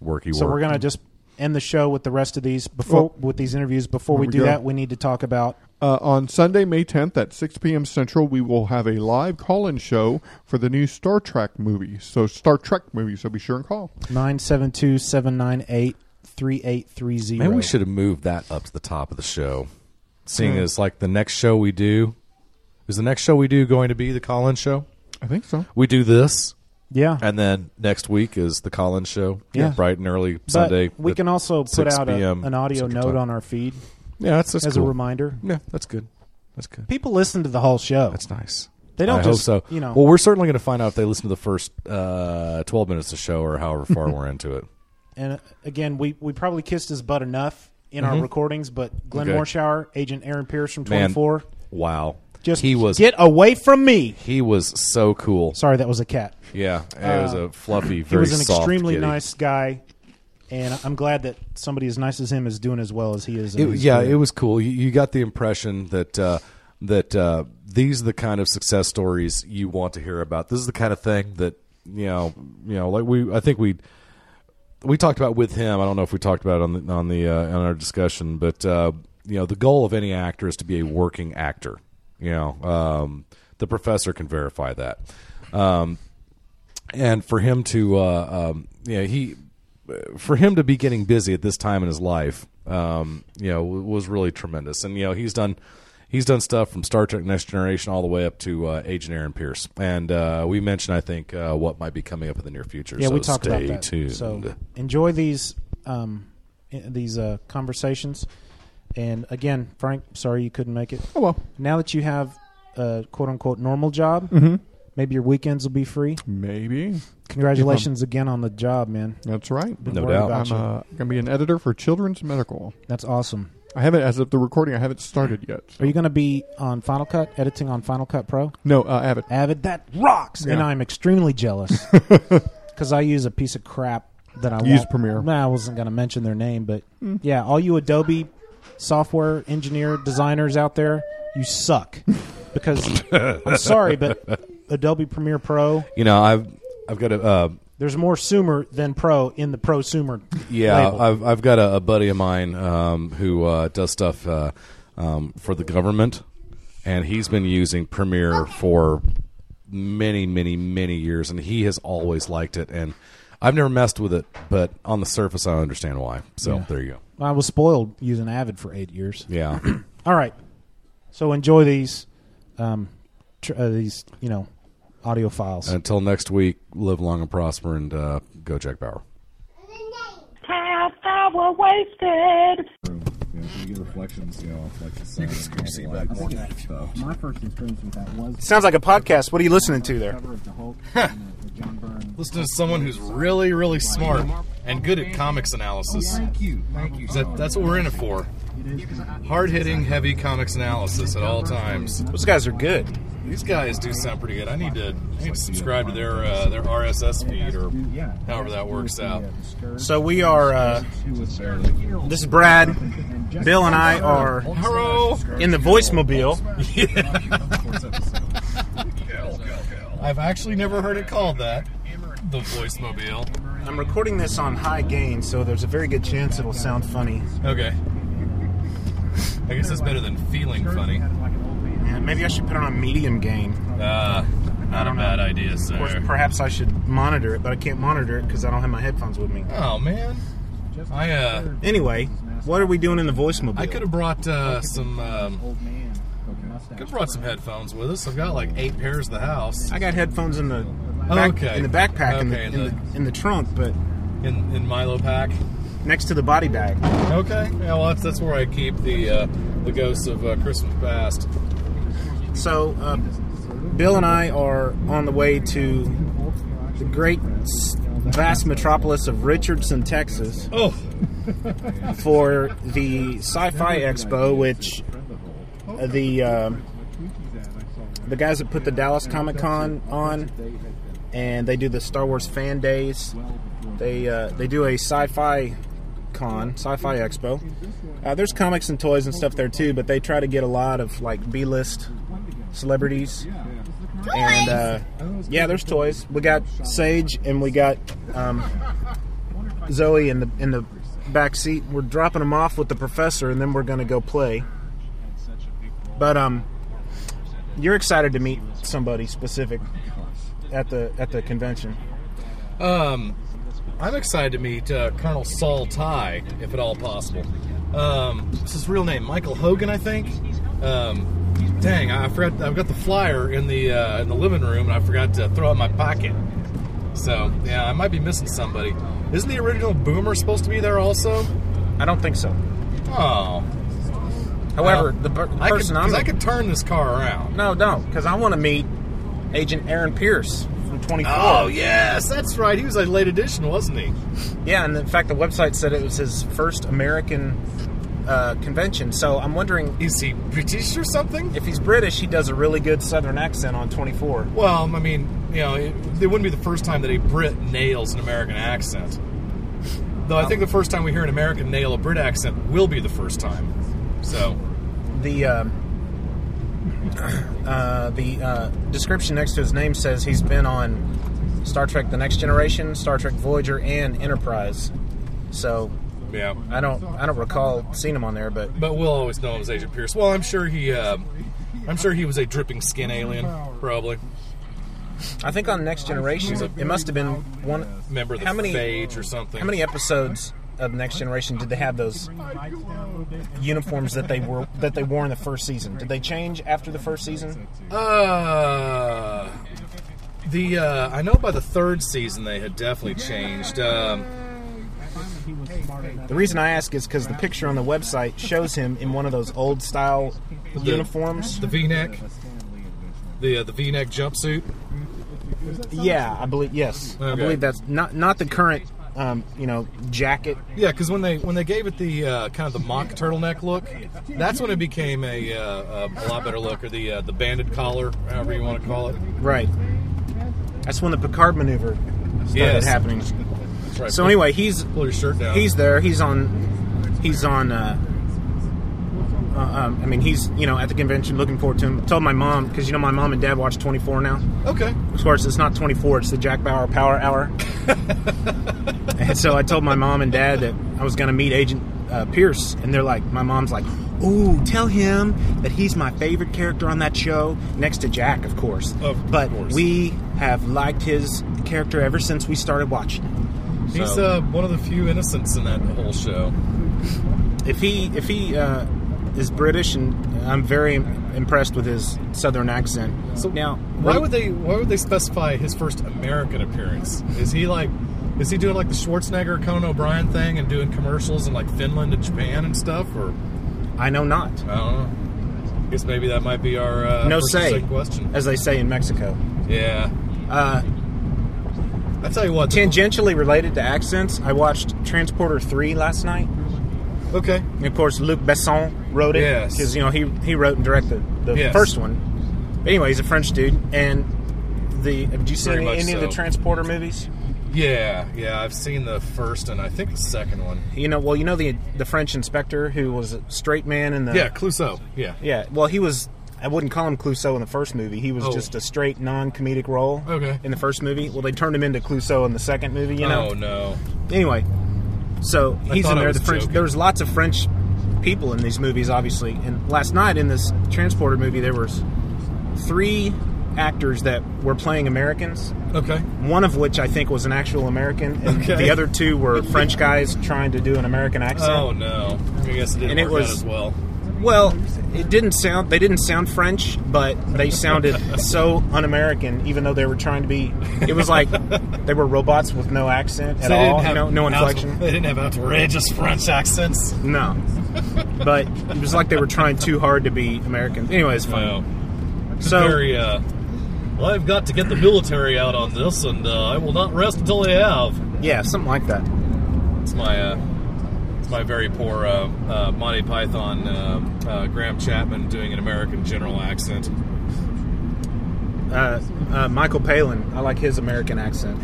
[SPEAKER 8] worky work.
[SPEAKER 11] Um, So we're gonna just end the show with the rest of these before with these interviews. Before we,
[SPEAKER 10] Here we
[SPEAKER 11] do
[SPEAKER 10] go.
[SPEAKER 11] that, we need to talk about
[SPEAKER 10] Uh, on Sunday, May 10th at 6 p.m. Central, we will have a live call in show for the new Star Trek movie. So, Star Trek movie, so be sure and call.
[SPEAKER 11] nine seven two seven nine eight three eight three zero.
[SPEAKER 8] Maybe we should have moved that up to the top of the show, seeing
[SPEAKER 11] Hmm.
[SPEAKER 8] as like the next show we do is the next show we do going to be the Colin show.
[SPEAKER 10] I think so.
[SPEAKER 8] We do this,
[SPEAKER 11] Yeah.
[SPEAKER 8] and then next week is the Colin show.
[SPEAKER 11] Yeah.
[SPEAKER 8] bright and early Sunday.
[SPEAKER 11] But we
[SPEAKER 8] at
[SPEAKER 11] can also put
[SPEAKER 8] 6
[SPEAKER 11] out a,
[SPEAKER 8] PM
[SPEAKER 11] an audio
[SPEAKER 8] Central
[SPEAKER 11] note
[SPEAKER 8] Time.
[SPEAKER 11] on our feed.
[SPEAKER 8] Yeah, that's, that's
[SPEAKER 11] as
[SPEAKER 8] cool.
[SPEAKER 11] a reminder.
[SPEAKER 8] Yeah, that's good. That's good.
[SPEAKER 11] People listen to the whole show.
[SPEAKER 8] That's nice.
[SPEAKER 11] They don't
[SPEAKER 8] I
[SPEAKER 11] just
[SPEAKER 8] hope so.
[SPEAKER 11] you know.
[SPEAKER 8] Well, we're certainly going to find out if they listen to the first uh, twelve minutes of the show or however far we're into it.
[SPEAKER 14] and uh, again, we, we probably kissed his butt enough in our
[SPEAKER 8] Mhm.
[SPEAKER 14] recordings, but Glenn
[SPEAKER 8] Okay.
[SPEAKER 14] Morshower, Agent Aaron Pierce from
[SPEAKER 8] Man,
[SPEAKER 14] 24.
[SPEAKER 8] Wow.
[SPEAKER 14] Just
[SPEAKER 8] he was
[SPEAKER 14] get away from me.
[SPEAKER 8] He was so cool.
[SPEAKER 14] Sorry, that was a cat.
[SPEAKER 8] Yeah, it was
[SPEAKER 14] Uh,
[SPEAKER 8] a fluffy,
[SPEAKER 14] He
[SPEAKER 8] very
[SPEAKER 14] was an
[SPEAKER 8] soft
[SPEAKER 14] extremely
[SPEAKER 8] kitty.
[SPEAKER 14] nice guy, and I'm glad that somebody as nice as him is doing as well as he is.
[SPEAKER 8] It, yeah, it was cool. You, you got the impression that uh, that uh, these are the kind of success stories you want to hear about. This is the kind of thing that you know, you know, like we. I think we we talked about with him. I don't know if we talked about it on the on the uh, on our discussion, but uh, you know, the goal of any actor is to be a working actor. You know, um, the professor can verify that. Um, and for him to, uh, um, you know, he for him to be getting busy at this time in his life, um, you know, w- was really tremendous. And you know, he's done he's done stuff from Star Trek Next Generation all the way up to uh, Agent Aaron Pierce. And uh, we mentioned, I think, uh, what might be coming up in the near future.
[SPEAKER 14] Yeah,
[SPEAKER 8] so
[SPEAKER 14] we talked
[SPEAKER 8] stay
[SPEAKER 14] about that.
[SPEAKER 8] Tuned.
[SPEAKER 14] So enjoy these um, i- these uh, conversations. And again, Frank, sorry you couldn't make it.
[SPEAKER 10] Oh well.
[SPEAKER 14] Now that you have a quote unquote normal job,
[SPEAKER 8] Mm-hmm.
[SPEAKER 10] Mhm.
[SPEAKER 14] maybe your weekends will be free.
[SPEAKER 10] Maybe.
[SPEAKER 14] Congratulations again on the job, man.
[SPEAKER 10] That's right.
[SPEAKER 14] Been worried About
[SPEAKER 10] I'm
[SPEAKER 14] you.
[SPEAKER 10] uh, going to be an editor for Children's Medical.
[SPEAKER 14] That's awesome.
[SPEAKER 10] I haven't, as of the recording, I haven't started yet.
[SPEAKER 14] Are you going to be on Final Cut editing on Final Cut Pro?
[SPEAKER 10] No, uh, Avid.
[SPEAKER 14] Avid, that rocks, and
[SPEAKER 10] Yeah.
[SPEAKER 14] I'm extremely jealous because I use a piece of crap that I
[SPEAKER 10] You use
[SPEAKER 14] won't-
[SPEAKER 10] Premiere.
[SPEAKER 14] Nah, I wasn't going to mention their name, but yeah, all you Adobe software engineer designers out there, you suck because I'm sorry, but Adobe Premiere Pro,
[SPEAKER 8] you know, I've I've got a uh,
[SPEAKER 14] there's more Sumer than Pro in the prosumer.
[SPEAKER 8] Yeah,
[SPEAKER 14] label.
[SPEAKER 8] I've I've got a, a buddy of mine um, who uh, does stuff uh, um, for the government, and he's been using Premiere for many, many, many years, and he has always liked it. And I've never messed with it, but on the surface, I understand why. So
[SPEAKER 14] Yeah.
[SPEAKER 8] there you go.
[SPEAKER 14] I was spoiled using Avid for eight years.
[SPEAKER 8] Yeah.
[SPEAKER 14] All right. So enjoy these, um, tr- uh, these you know, audio files.
[SPEAKER 8] Until next week, live long and prosper, and uh, go Jack Bauer.
[SPEAKER 15] half hour wasted.
[SPEAKER 14] My first experience with that was.
[SPEAKER 8] Sounds like a podcast. What are you listening
[SPEAKER 14] to there?
[SPEAKER 8] Listen to someone who's really, really smart and good at comics analysis. Oh, Thank you, thank you. that's what we're in it for. Hard hitting, heavy comics analysis at all times. Those guys are good. These guys do sound pretty good. I need to, I need to subscribe to their uh, their RSS feed or however that works out.
[SPEAKER 11] So we are. Uh, this is Brad. Bill and I are in the voicemobile.
[SPEAKER 8] I've actually never heard it called that. The voicemobile.
[SPEAKER 11] I'm recording this on high gain, so there's a very good chance it'll sound funny.
[SPEAKER 8] Okay. I guess that's better than feeling funny.
[SPEAKER 11] Yeah, maybe I should put it on medium gain.
[SPEAKER 8] Uh, not a bad idea,
[SPEAKER 11] Of course,
[SPEAKER 8] sir.
[SPEAKER 11] perhaps I should monitor it, but I can't monitor it because I don't have my headphones with me.
[SPEAKER 8] Oh man. I uh.
[SPEAKER 11] Anyway, what are we doing in the voicemobile?
[SPEAKER 8] I could have brought uh, some. Um, could have brought some headphones with us. I've got like eight pairs of the house.
[SPEAKER 11] I got headphones in the
[SPEAKER 8] Oh,
[SPEAKER 11] back,
[SPEAKER 8] okay.
[SPEAKER 11] in the backpack in, the,
[SPEAKER 8] Okay,
[SPEAKER 11] in,
[SPEAKER 8] the-
[SPEAKER 11] the, in the trunk, but
[SPEAKER 8] in in Milo pack
[SPEAKER 11] next to the body bag.
[SPEAKER 8] Okay. Yeah, well, that's, that's where I keep the uh, the ghosts of uh, Christmas past.
[SPEAKER 11] So, uh, Bill and I are on the way to the great, s- vast metropolis of Richardson, Texas.
[SPEAKER 8] Oh.
[SPEAKER 11] for the Sci-Fi Expo, which uh, the um the guys that put the Dallas Comic Con on, and they do the Star Wars Fan Days. They uh, they do a Sci-Fi Con, Sci-Fi Expo. Uh, there's comics and toys and stuff there too, but they try to get a lot of like B-list celebrities. And uh, yeah, there's toys. We got Sage and we got um, Zoe in the in the back seat. We're dropping them off with the professor, and then we're gonna go play. But um, you're excited to meet somebody specific at the at the convention.
[SPEAKER 8] Um, I'm excited to meet uh, Colonel Saul Ty, if at all possible. Um, what's his real name? Michael Hogan, I think. Um, dang, I forgot. I've got the flyer in the uh, in the living room, and I forgot to throw it in my pocket. So yeah, I might be missing somebody. Isn't the original Boomer supposed to be there also?
[SPEAKER 11] I don't think so.
[SPEAKER 8] Oh.
[SPEAKER 11] However,
[SPEAKER 8] Well,
[SPEAKER 11] the, per- the
[SPEAKER 8] Uh, I could-
[SPEAKER 11] person
[SPEAKER 8] 'cause
[SPEAKER 11] I'm
[SPEAKER 8] I could turn this car around.
[SPEAKER 11] No, don't, because I want to meet Agent Aaron Pierce from from 24.
[SPEAKER 8] Oh, yes, that's right. He was a late edition, wasn't he?
[SPEAKER 11] Yeah, and in fact, the website said it was his first American uh, convention. So I'm wondering,
[SPEAKER 8] is he British or something?
[SPEAKER 11] If he's British, he does a really good Southern accent on 24.
[SPEAKER 8] Well, I mean, you know, it, it wouldn't be the first time that a Brit nails an American accent. Though I think the first time we hear an American nail a Brit accent will be the first time. So
[SPEAKER 11] the um uh, the uh, description next to his name says he's been on Star Trek: The Next Generation, Star Trek Voyager, and Enterprise. So
[SPEAKER 8] yeah,
[SPEAKER 11] I don't I don't recall seeing him on there, but
[SPEAKER 8] but we'll always know him as Agent Pierce. Well, I'm sure he, uh, I'm sure he was a dripping skin alien, probably.
[SPEAKER 11] I think on Next Generation it must have been one
[SPEAKER 8] member of the
[SPEAKER 11] how many
[SPEAKER 8] Phage or something.
[SPEAKER 11] How many episodes of Next Generation did they have those uniforms that they were that they wore in the first season? Did they change after the first season?
[SPEAKER 8] Uh, the uh, I know by the third season they had definitely changed. Um,
[SPEAKER 11] The reason I ask is because the picture on the website shows him in one of those old style
[SPEAKER 8] the-
[SPEAKER 11] uniforms.
[SPEAKER 8] the V-neck, the uh, the V-neck jumpsuit.
[SPEAKER 11] Yeah, I believe yes, I
[SPEAKER 8] Okay.
[SPEAKER 11] believe that's not not the current, um, you know, jacket.
[SPEAKER 8] Yeah, because when they when they gave it the uh, kind of the mock turtleneck look, that's when it became a, uh, a lot better look, or the uh, the banded collar, however you want to call it.
[SPEAKER 11] Right. That's when the Picard maneuver started
[SPEAKER 8] Yes.
[SPEAKER 11] happening.
[SPEAKER 8] That's right.
[SPEAKER 11] So anyway, he's
[SPEAKER 8] pull your shirt down.
[SPEAKER 11] He's there. He's on. He's on. Uh, uh, um, I mean, he's you know at the convention looking forward to him. Told my mom because you know my mom and dad watch 24 now.
[SPEAKER 8] Okay.
[SPEAKER 11] Of course, it's not 24. It's the Jack Bauer Power Hour. and so I told my mom and dad that I was going to meet Agent uh, Pierce, and they're like, my mom's like, "Ooh, tell him that he's my favorite character on that show, next to Jack, of course."
[SPEAKER 8] Of
[SPEAKER 11] but
[SPEAKER 8] course.
[SPEAKER 11] we have liked his character ever since we started watching.
[SPEAKER 8] He's
[SPEAKER 11] So-
[SPEAKER 8] uh, one of the few innocents in that whole show.
[SPEAKER 11] if he if he uh, is British, and I'm very impressed with his southern accent. So now,
[SPEAKER 8] Why would they Why would they specify his first American appearance? Is he like Is he doing like the Schwarzenegger Conan O'Brien thing and doing commercials in like Finland and Japan and stuff? Or
[SPEAKER 11] I know not.
[SPEAKER 8] I don't know. Guess maybe that might be our uh,
[SPEAKER 11] no
[SPEAKER 8] first or
[SPEAKER 11] say,
[SPEAKER 8] second question.
[SPEAKER 11] as they say in Mexico.
[SPEAKER 8] Yeah.
[SPEAKER 11] Uh,
[SPEAKER 8] I tell you what.
[SPEAKER 11] Tangentially related to accents, I watched Transporter Three last night.
[SPEAKER 8] Okay.
[SPEAKER 11] And of course, Luc Besson wrote it
[SPEAKER 8] Yes.
[SPEAKER 11] because you know he he wrote and directed the
[SPEAKER 8] Yes.
[SPEAKER 11] first one. But anyway, he's a French dude, and the did you see
[SPEAKER 8] Very
[SPEAKER 11] any,
[SPEAKER 8] much
[SPEAKER 11] any of the
[SPEAKER 8] so.
[SPEAKER 11] Transporter movies?
[SPEAKER 8] Yeah, yeah. I've seen the first and I think the second one.
[SPEAKER 11] You know, well, you know the the French inspector who was a straight man in the
[SPEAKER 8] yeah, Clouseau. Yeah.
[SPEAKER 11] Yeah, well, he was. I wouldn't call him Clouseau in the first movie. He was
[SPEAKER 8] Oh.
[SPEAKER 11] just a straight non-comedic role.
[SPEAKER 8] Okay.
[SPEAKER 11] In the first movie, well, they turned him into Clouseau in the second movie. You know.
[SPEAKER 8] Oh no.
[SPEAKER 11] Anyway, so
[SPEAKER 8] I
[SPEAKER 11] he's
[SPEAKER 8] thought
[SPEAKER 11] in
[SPEAKER 8] I
[SPEAKER 11] there.
[SPEAKER 8] was
[SPEAKER 11] The French.
[SPEAKER 8] joking.
[SPEAKER 11] There was lots of French people in these movies, obviously. And last night in this transporter movie, there was three actors that were playing Americans.
[SPEAKER 8] Okay.
[SPEAKER 11] One of which I think was an actual American, and
[SPEAKER 8] Okay.
[SPEAKER 11] the other two were French guys trying to do an American accent.
[SPEAKER 8] Oh no. I guess it didn't
[SPEAKER 11] And it
[SPEAKER 8] work out
[SPEAKER 11] was-
[SPEAKER 8] as well.
[SPEAKER 11] Well, it didn't sound. They didn't sound French, but they sounded so un-American, even though they were trying to be. It was like they were robots with no accent at
[SPEAKER 8] So they didn't
[SPEAKER 11] all.
[SPEAKER 8] have
[SPEAKER 11] no, no
[SPEAKER 8] outs-
[SPEAKER 11] inflection.
[SPEAKER 8] They didn't have outrageous French accents.
[SPEAKER 11] No, but it was like they were trying too hard to be American. Anyway, it's funny.
[SPEAKER 8] No.
[SPEAKER 11] So-
[SPEAKER 8] very. Uh, well, I've got to get the military out on this, and uh, I will not rest until they have.
[SPEAKER 11] Yeah, something like that.
[SPEAKER 8] It's my. Uh, it's my very poor uh, uh, Monty Python um uh, Graham Chapman doing an American general accent.
[SPEAKER 11] Uh, uh, Michael Palin, I like his American accent.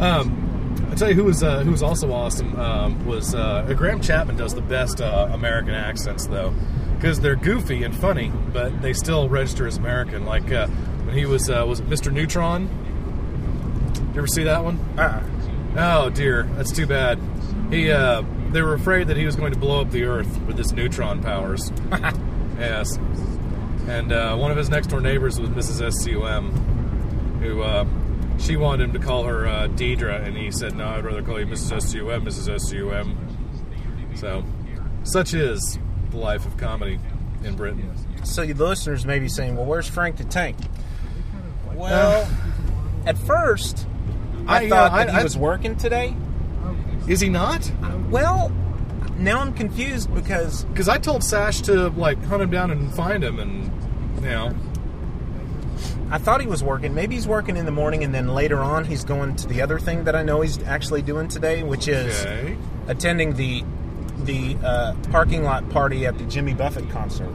[SPEAKER 8] Um, I tell you who was uh, who was also awesome um, was uh, Graham Chapman does the best uh, American accents though because they're goofy and funny but they still register as American like uh, when he was uh, was it Mr. Neutron you ever see that one
[SPEAKER 11] uh
[SPEAKER 8] oh dear that's too bad he uh, they were afraid that he was going to blow up the earth with his neutron powers yes and uh, one of his next door neighbors was Mrs. SCUM who uh, she wanted him to call her uh, Deidre, and he said, "No, I'd rather call you Mrs. Sum, Mrs. Sum." So, such is the life of comedy in Britain.
[SPEAKER 11] So the listeners may be saying, "Well, where's Frank the Tank?" Well, at first, I,
[SPEAKER 8] I, uh,
[SPEAKER 11] thought
[SPEAKER 8] I-
[SPEAKER 11] that he
[SPEAKER 8] I-
[SPEAKER 11] was working today.
[SPEAKER 8] Is he not?
[SPEAKER 11] Well, now I'm confused because
[SPEAKER 8] Because I told Sash to like hunt him down and find him, and you know,
[SPEAKER 11] I thought he was working. Maybe he's working in the morning, and then later on he's going to the other thing that I know he's actually doing today, which is
[SPEAKER 8] Okay.
[SPEAKER 11] attending the the uh, parking lot party at the Jimmy Buffett concert.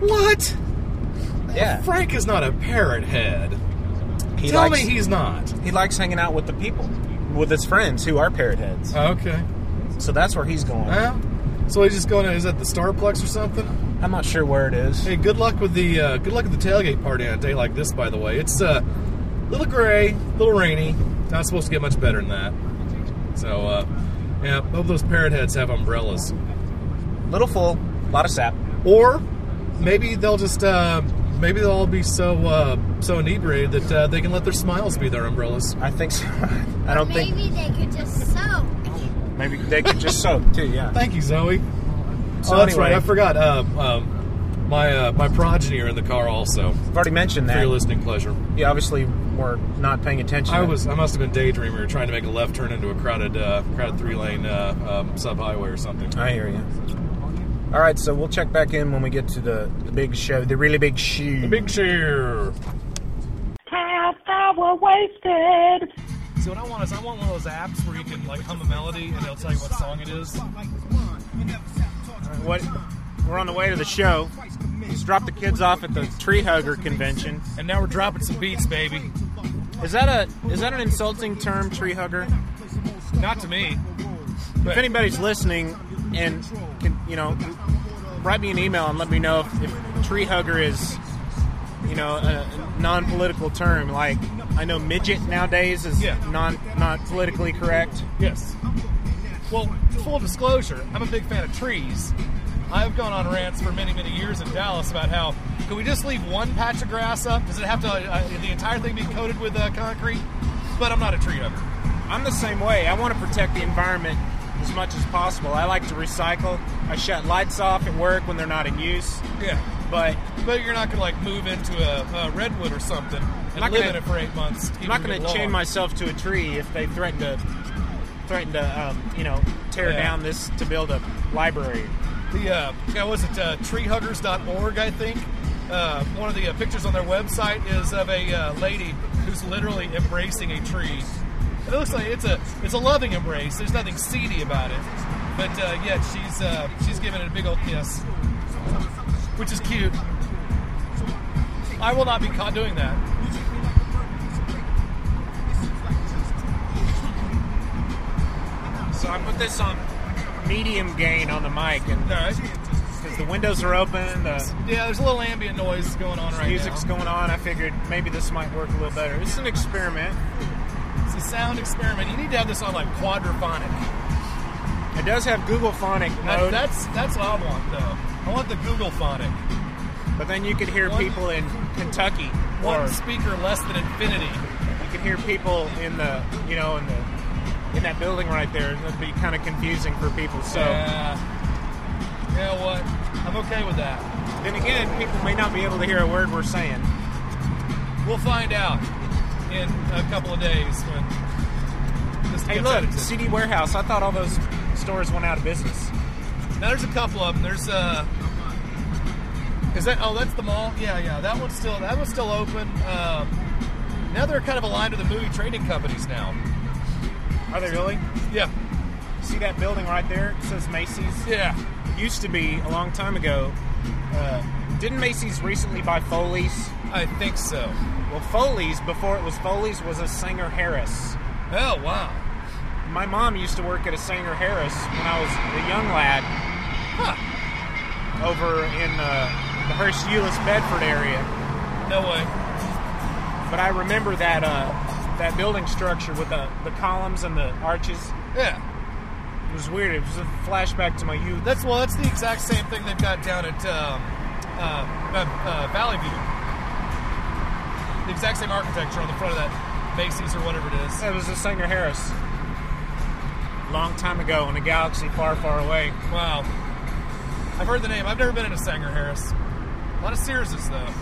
[SPEAKER 8] What?
[SPEAKER 11] Yeah,
[SPEAKER 8] Frank is not a parrot head. Tell me he's not.
[SPEAKER 11] He likes hanging out with the people, with his friends who are parrot heads.
[SPEAKER 8] Okay.
[SPEAKER 11] So that's where he's going.
[SPEAKER 8] Well, so he's just going to, is that the Starplex or something?
[SPEAKER 11] I'm not sure where it is.
[SPEAKER 8] Hey, good luck with the, uh, good luck with the tailgate party on a day like this, by the way. It's, uh, a little gray, a little rainy. Not supposed to get much better than that. So, uh, yeah, hope those parrot heads have umbrellas.
[SPEAKER 11] Little full, a lot of sap.
[SPEAKER 8] Or maybe they'll just, uh, maybe they'll all be so, uh, so inebriated that, uh, they can let their smiles be their umbrellas.
[SPEAKER 11] I think so. I don't think.
[SPEAKER 12] Maybe they could just sew.
[SPEAKER 11] Maybe they could just soak too. Yeah.
[SPEAKER 8] Thank you, Zoe.
[SPEAKER 11] So
[SPEAKER 8] oh, that's
[SPEAKER 11] anyway-
[SPEAKER 8] right. I forgot. Um, um, my uh, my progeny are in the car also.
[SPEAKER 11] I've already mentioned
[SPEAKER 8] For
[SPEAKER 11] that.
[SPEAKER 8] your listening pleasure.
[SPEAKER 11] You obviously were not paying attention.
[SPEAKER 8] I was. I must have been daydreaming or trying to make a left turn into a crowded uh, crowded three lane uh, um, subhighway or something.
[SPEAKER 11] I hear you. All right, so we'll check back in when we get to the, the big show, the really big shoe. The
[SPEAKER 8] big shoe.
[SPEAKER 16] Half hour wasted.
[SPEAKER 8] See, what I want is I want one of those apps where you can like hum a melody and they'll tell you what song it is.
[SPEAKER 11] What? We're on the way to the show. Just dropped the kids off at the tree hugger convention.
[SPEAKER 8] And now we're dropping some beats, baby.
[SPEAKER 11] Is that a is that an insulting term, tree hugger?
[SPEAKER 8] Not to me.
[SPEAKER 11] If anybody's listening and can you know, write me an email and let me know if, if tree hugger is you know a non-political term. Like I know midget nowadays is non not politically correct.
[SPEAKER 8] Yes. Well, full disclosure, I'm a big fan of trees. I've gone on rants for many, many years in Dallas about how can we just leave one patch of grass up? Does it have to uh, the entire thing be coated with uh, concrete? But I'm not a tree hugger.
[SPEAKER 11] I'm the same way. I want to protect the environment as much as possible. I like to recycle. I shut lights off at work when they're not in use.
[SPEAKER 8] Yeah.
[SPEAKER 11] But
[SPEAKER 8] but you're not gonna like move into a, a redwood or something and
[SPEAKER 11] not
[SPEAKER 8] live
[SPEAKER 11] gonna-
[SPEAKER 8] in it for eight months.
[SPEAKER 11] I'm not
[SPEAKER 8] eating
[SPEAKER 11] going
[SPEAKER 8] your
[SPEAKER 11] to chain
[SPEAKER 8] lawn.
[SPEAKER 11] myself to a tree if they threaten to threaten to um, you know tear
[SPEAKER 8] Yeah.
[SPEAKER 11] down this to build a library.
[SPEAKER 8] The uh, yeah, was it uh, treehuggers.org? I think uh, one of the uh, pictures on their website is of a uh, lady who's literally embracing a tree. And it looks like it's a it's a loving embrace. There's nothing seedy about it, but uh, yet she's uh, she's giving it a big old kiss, which is cute. I will not be caught doing that.
[SPEAKER 11] So I put this on medium gain on the mic, and because the windows are open, the
[SPEAKER 8] Yeah, there's a little ambient noise going on right
[SPEAKER 11] music's
[SPEAKER 8] now.
[SPEAKER 11] going on. I figured maybe this might work a little better. It's an experiment.
[SPEAKER 8] It's a sound experiment. You need to have this on like quadraphonic.
[SPEAKER 11] It does have Google Phonic
[SPEAKER 8] That,
[SPEAKER 11] mode.
[SPEAKER 8] that's that's what I want though. I want the Google phonic.
[SPEAKER 11] But then you could hear
[SPEAKER 8] One-
[SPEAKER 11] people in Kentucky,
[SPEAKER 8] One
[SPEAKER 11] or
[SPEAKER 8] speaker less than infinity.
[SPEAKER 11] you could hear people in the, you know, in the, in that building right there. It'd be kind of confusing for people. So
[SPEAKER 8] yeah, you know what? I'm okay with that.
[SPEAKER 11] then again, people may not be able to hear a word we're saying.
[SPEAKER 8] We'll find out in a couple of days when. This
[SPEAKER 11] Hey,
[SPEAKER 8] gets
[SPEAKER 11] look,
[SPEAKER 8] edited.
[SPEAKER 11] CD Warehouse. I thought all those stores went out of business.
[SPEAKER 8] Now there's a couple of them. There's uh, is that? Oh, that's the mall. Yeah, yeah. That one's still that one's still open. Um, now they're kind of aligned with the movie trading companies now.
[SPEAKER 11] Are they really?
[SPEAKER 8] Yeah.
[SPEAKER 11] See that building right there? It says Macy's.
[SPEAKER 8] Yeah.
[SPEAKER 11] Used to be a long time ago. Uh, didn't Macy's recently buy Foley's?
[SPEAKER 8] I think so.
[SPEAKER 11] Well, Foley's before it was Foley's was a Singer Harris.
[SPEAKER 8] Oh wow.
[SPEAKER 11] My mom used to work at a Sanger Harris when I was a young lad. Over in uh, the Hurst Euless Bedford area.
[SPEAKER 8] No way.
[SPEAKER 11] But I remember that uh, that building structure with the, the columns and the arches.
[SPEAKER 8] Yeah.
[SPEAKER 11] It was weird. It was a flashback to my youth.
[SPEAKER 8] That's well. That's the exact same thing they've got down at um, uh, uh, uh, Valley View. The exact same architecture on the front of that Macy's or whatever it is.
[SPEAKER 11] It was a Sanger Harris. Long time ago in a galaxy far, far away.
[SPEAKER 8] Wow. I've heard the name. I've never been in a Sanger Harris. A lot of Searses though.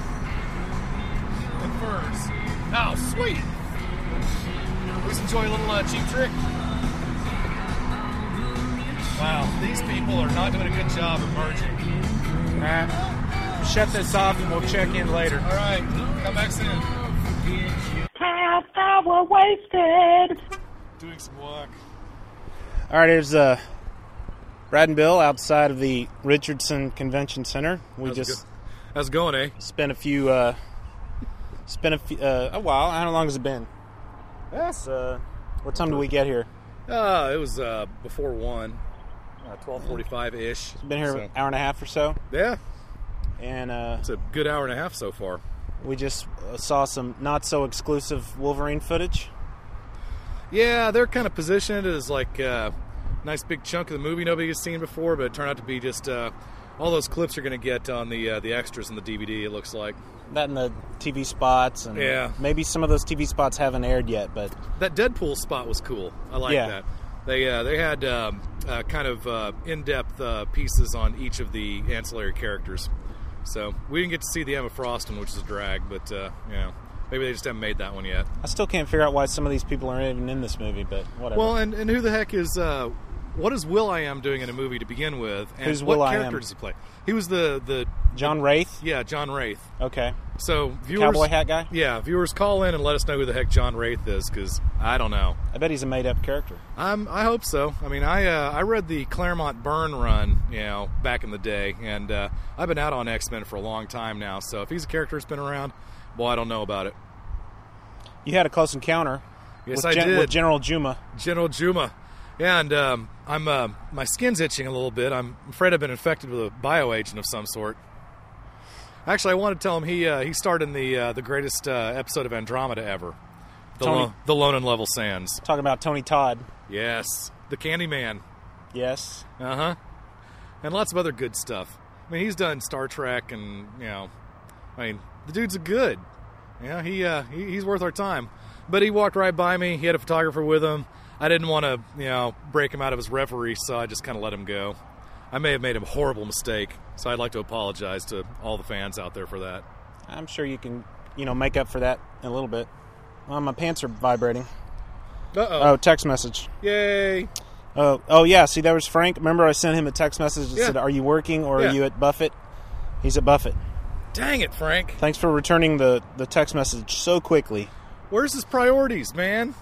[SPEAKER 8] And furs. Oh, sweet. Please enjoy a little uh, cheap trick. Wow, these people are not doing a good job of merging.
[SPEAKER 11] Uh,
[SPEAKER 17] shut this off and we'll check in later. All
[SPEAKER 8] right, come back soon.
[SPEAKER 16] Half hour wasted.
[SPEAKER 8] Doing some walk.
[SPEAKER 11] All right, here's uh, Brad and Bill outside of the Richardson Convention Center. We
[SPEAKER 8] How's it
[SPEAKER 11] just
[SPEAKER 8] go- how's it going, eh?
[SPEAKER 11] Spent a few, uh, spent a few, uh, a while. How long has it been? Yes. Uh, what time did we get here?
[SPEAKER 8] Uh, it was uh, before one, Uh, twelve forty-five ish.
[SPEAKER 11] Been here an hour and a half or so.
[SPEAKER 8] Yeah.
[SPEAKER 11] And uh, it's
[SPEAKER 8] a good hour and a half so far.
[SPEAKER 11] We just uh, saw some not so exclusive Wolverine footage.
[SPEAKER 8] Yeah, they're kind of positioned as like a nice big chunk of the movie nobody has seen before, but it turned out to be just uh, all those clips you're going to get on the uh, the extras in the DVD. It looks like
[SPEAKER 11] that and the TV spots, and
[SPEAKER 8] Yeah.
[SPEAKER 11] maybe some of those TV spots haven't aired yet, but
[SPEAKER 8] that Deadpool spot was cool. I like
[SPEAKER 11] Yeah.
[SPEAKER 8] that. They uh, they had um, uh, kind of uh, in depth uh, pieces on each of the ancillary characters. So we didn't get to see the Emma Frost one, which is a drag, but uh, you know maybe they just haven't made that one yet.
[SPEAKER 11] I still can't figure out why some of these people aren't even in this movie. But whatever.
[SPEAKER 8] Well, and, and who the heck is uh, what is Will I Am doing in a movie to begin with? And
[SPEAKER 11] Who's
[SPEAKER 8] what
[SPEAKER 11] Will.i.am?
[SPEAKER 8] character does he play? He was the the
[SPEAKER 11] John Wraith.
[SPEAKER 8] Yeah, John Wraith.
[SPEAKER 11] Okay.
[SPEAKER 8] So viewers,
[SPEAKER 11] Cowboy hat guy?
[SPEAKER 8] Yeah, viewers call in and let us know who the heck John Wraith is because I don't know.
[SPEAKER 11] I bet he's a made up character.
[SPEAKER 8] I'm, Um, I hope so. I mean, I uh, I read the Claremont Burn run, you know, back in the day, and uh, I've been out on X Men for a long time now. So if he's a character that's been around, well, I don't know about it.
[SPEAKER 11] You had a close encounter.
[SPEAKER 8] Yes,
[SPEAKER 11] with
[SPEAKER 8] I
[SPEAKER 11] Gen-
[SPEAKER 8] did.
[SPEAKER 11] With General Juma.
[SPEAKER 8] General Juma. Yeah, and um, I'm uh, my skin's itching a little bit. I'm afraid I've been infected with a bioagent of some sort. Actually, I want to tell him he uh, he starred in the uh, the greatest uh, episode of Andromeda ever, the
[SPEAKER 11] Tony-
[SPEAKER 8] Lo- the Lone and Level Sands.
[SPEAKER 11] Talking about Tony Todd.
[SPEAKER 8] Yes, the Candyman.
[SPEAKER 11] Yes.
[SPEAKER 8] Uh huh. And lots of other good stuff. I mean, he's done Star Trek, and you know, I mean, the dude's a good. You know, he, uh, he he's worth our time. But he walked right by me. He had a photographer with him. I didn't want to, you know, break him out of his reverie, so I just kind of let him go. I may have made a horrible mistake, so I'd like to apologize to all the fans out there for that.
[SPEAKER 11] I'm sure you can, you know, make up for that in a little bit. Well, my pants are vibrating.
[SPEAKER 8] Uh-oh.
[SPEAKER 11] Oh, text message.
[SPEAKER 8] Yay.
[SPEAKER 11] Oh, oh yeah. See, there was Frank. Remember, I sent him a text message that
[SPEAKER 8] Yeah.
[SPEAKER 11] said, "Are you working or
[SPEAKER 8] Yeah.
[SPEAKER 11] are you at Buffett?" He's at Buffett.
[SPEAKER 8] Dang it, Frank.
[SPEAKER 11] Thanks for returning the the text message so quickly.
[SPEAKER 8] Where's his priorities, man?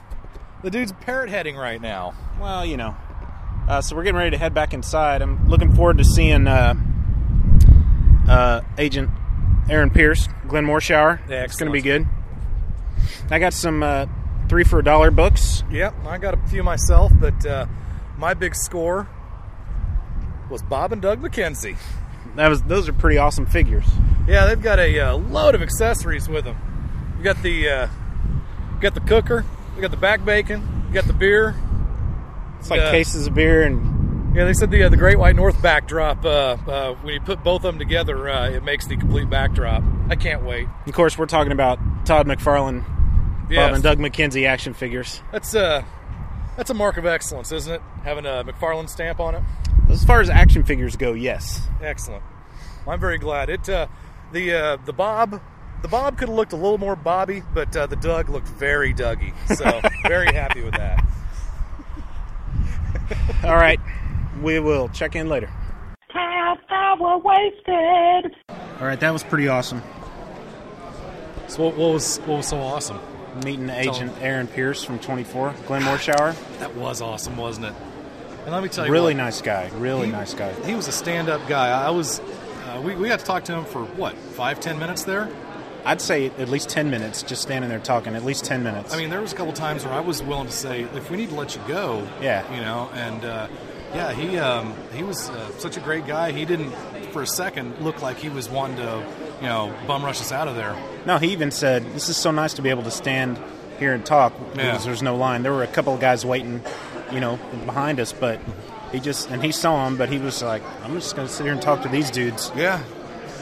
[SPEAKER 8] The dude's parrot heading right now.
[SPEAKER 11] Well, you know. Uh, so we're getting ready to head back inside. I'm looking forward to seeing uh, uh, Agent Aaron Pierce, Glenn Morshower. It's going to be good. I got some uh, three for a dollar books.
[SPEAKER 8] Yep, I got a few myself, but uh, my big score was Bob and Doug McKenzie.
[SPEAKER 11] That was those are pretty awesome figures.
[SPEAKER 8] Yeah, they've got a uh, load of accessories with them. You got the uh, you got the cooker, you got the back bacon, you got the beer.
[SPEAKER 11] It's like cases of beer and
[SPEAKER 8] Yeah, they said the uh, the Great White North backdrop. Uh, uh, when you put both of them together, uh, it makes the complete backdrop. I can't wait.
[SPEAKER 11] of course we're talking about Todd McFarlane,
[SPEAKER 8] Yes.
[SPEAKER 11] Bob and Doug McKenzie action figures.
[SPEAKER 8] That's uh, that's a mark of excellence, isn't it? Having a McFarland stamp on it.
[SPEAKER 11] As far as action figures go, yes.
[SPEAKER 8] Excellent. I'm very glad. It uh, the uh, the Bob the Bob could have looked a little more Bobby, but uh, the Doug looked very Dougie. So very happy with that.
[SPEAKER 11] All right, we will check in later.
[SPEAKER 16] Half hour wasted.
[SPEAKER 11] All right, that was pretty awesome.
[SPEAKER 8] So what, what was what was so awesome?
[SPEAKER 11] Meeting
[SPEAKER 8] Tell
[SPEAKER 11] Agent Aaron Pierce from 24, Glenn Morshower.
[SPEAKER 8] That was awesome, wasn't it? And let me tell you,
[SPEAKER 11] Really
[SPEAKER 8] what, Hmm?
[SPEAKER 11] nice guy. Really
[SPEAKER 8] He-
[SPEAKER 11] nice guy.
[SPEAKER 8] He was a stand-up guy. I was uh, we we got to talk to him for what five ten minutes there.
[SPEAKER 11] I'd say at least 10 minutes, just standing there talking, at least 10 minutes.
[SPEAKER 8] I mean, there was a couple times where I was willing to say, if we need to let you go,
[SPEAKER 11] Yeah.
[SPEAKER 8] you know, and uh, yeah, he um, he was uh, such a great guy. He didn't for a second look like he was wanting to, you know, bum rush us out of there.
[SPEAKER 11] no, he even said, This is so nice to be able to stand here and talk
[SPEAKER 8] Yeah.
[SPEAKER 11] because there's no line. There were a couple of guys waiting, you know, behind us, but he just, and he saw him, but he was like, I'm just going to sit here and talk to these dudes.
[SPEAKER 8] Yeah.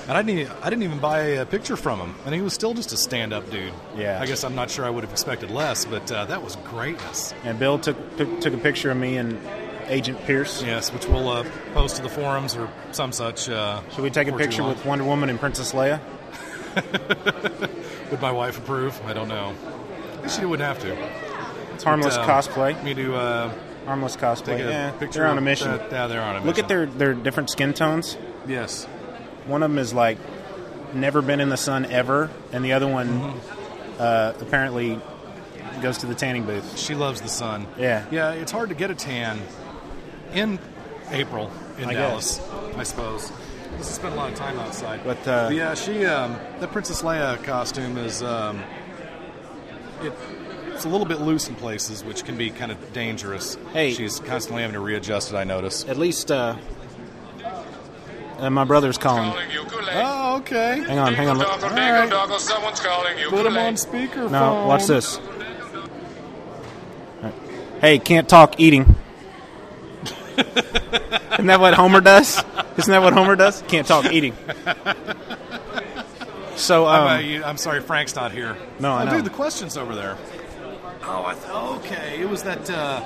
[SPEAKER 8] And I didn't, e- I didn't even buy a picture from him, and he was still just a stand-up dude.
[SPEAKER 11] Yeah.
[SPEAKER 8] I guess I'm not sure I would have expected less, but uh, that was greatness.
[SPEAKER 11] And Bill took, took took a picture of me and Agent Pierce.
[SPEAKER 8] Yes, which we'll uh, post to the forums or some such. Uh,
[SPEAKER 11] Should we take a
[SPEAKER 8] before too
[SPEAKER 11] picture
[SPEAKER 8] long.
[SPEAKER 11] with Wonder Woman and Princess Leia?
[SPEAKER 8] Would my wife approve? I don't know. She wouldn't have to.
[SPEAKER 11] It's harmless
[SPEAKER 8] But, uh,
[SPEAKER 11] cosplay.
[SPEAKER 8] Me do uh,
[SPEAKER 11] harmless cosplay.
[SPEAKER 8] take a
[SPEAKER 11] yeah,
[SPEAKER 8] picture
[SPEAKER 11] eh, they're on a
[SPEAKER 8] with
[SPEAKER 11] mission.
[SPEAKER 8] that- yeah, they're on a
[SPEAKER 11] Look at their their different skin tones.
[SPEAKER 8] Yes.
[SPEAKER 11] One of them is like never been in the sun ever, and the other one
[SPEAKER 8] Mm-hmm.
[SPEAKER 11] uh, apparently goes to the tanning booth.
[SPEAKER 8] She loves the sun.
[SPEAKER 11] Yeah.
[SPEAKER 8] Yeah, it's hard to get a tan in April in
[SPEAKER 11] I
[SPEAKER 8] Dallas,
[SPEAKER 11] guess.
[SPEAKER 8] I suppose. This has spent a lot of time outside.
[SPEAKER 11] But, uh,
[SPEAKER 8] yeah, she um, the Princess Leia costume is um, it, it's a little bit loose in places, which can be kind of dangerous.
[SPEAKER 11] Hey.
[SPEAKER 8] she's constantly having to readjust it. I notice.
[SPEAKER 11] At least uh, uh, my brother's calling.
[SPEAKER 8] Oh, okay.
[SPEAKER 11] Hang on, hang on. All right.
[SPEAKER 8] someone's calling you. Put him on speaker.
[SPEAKER 11] No, watch this. Hey, can't talk eating. Isn't that what Homer does? Isn't that what Homer does? Can't talk eating. So, um,
[SPEAKER 8] I'm, uh, you- I'm sorry, Frank's not here.
[SPEAKER 11] No, I
[SPEAKER 8] oh,
[SPEAKER 11] know.
[SPEAKER 8] Dude, the question's over there. Oh, I th- okay. It was that. Uh,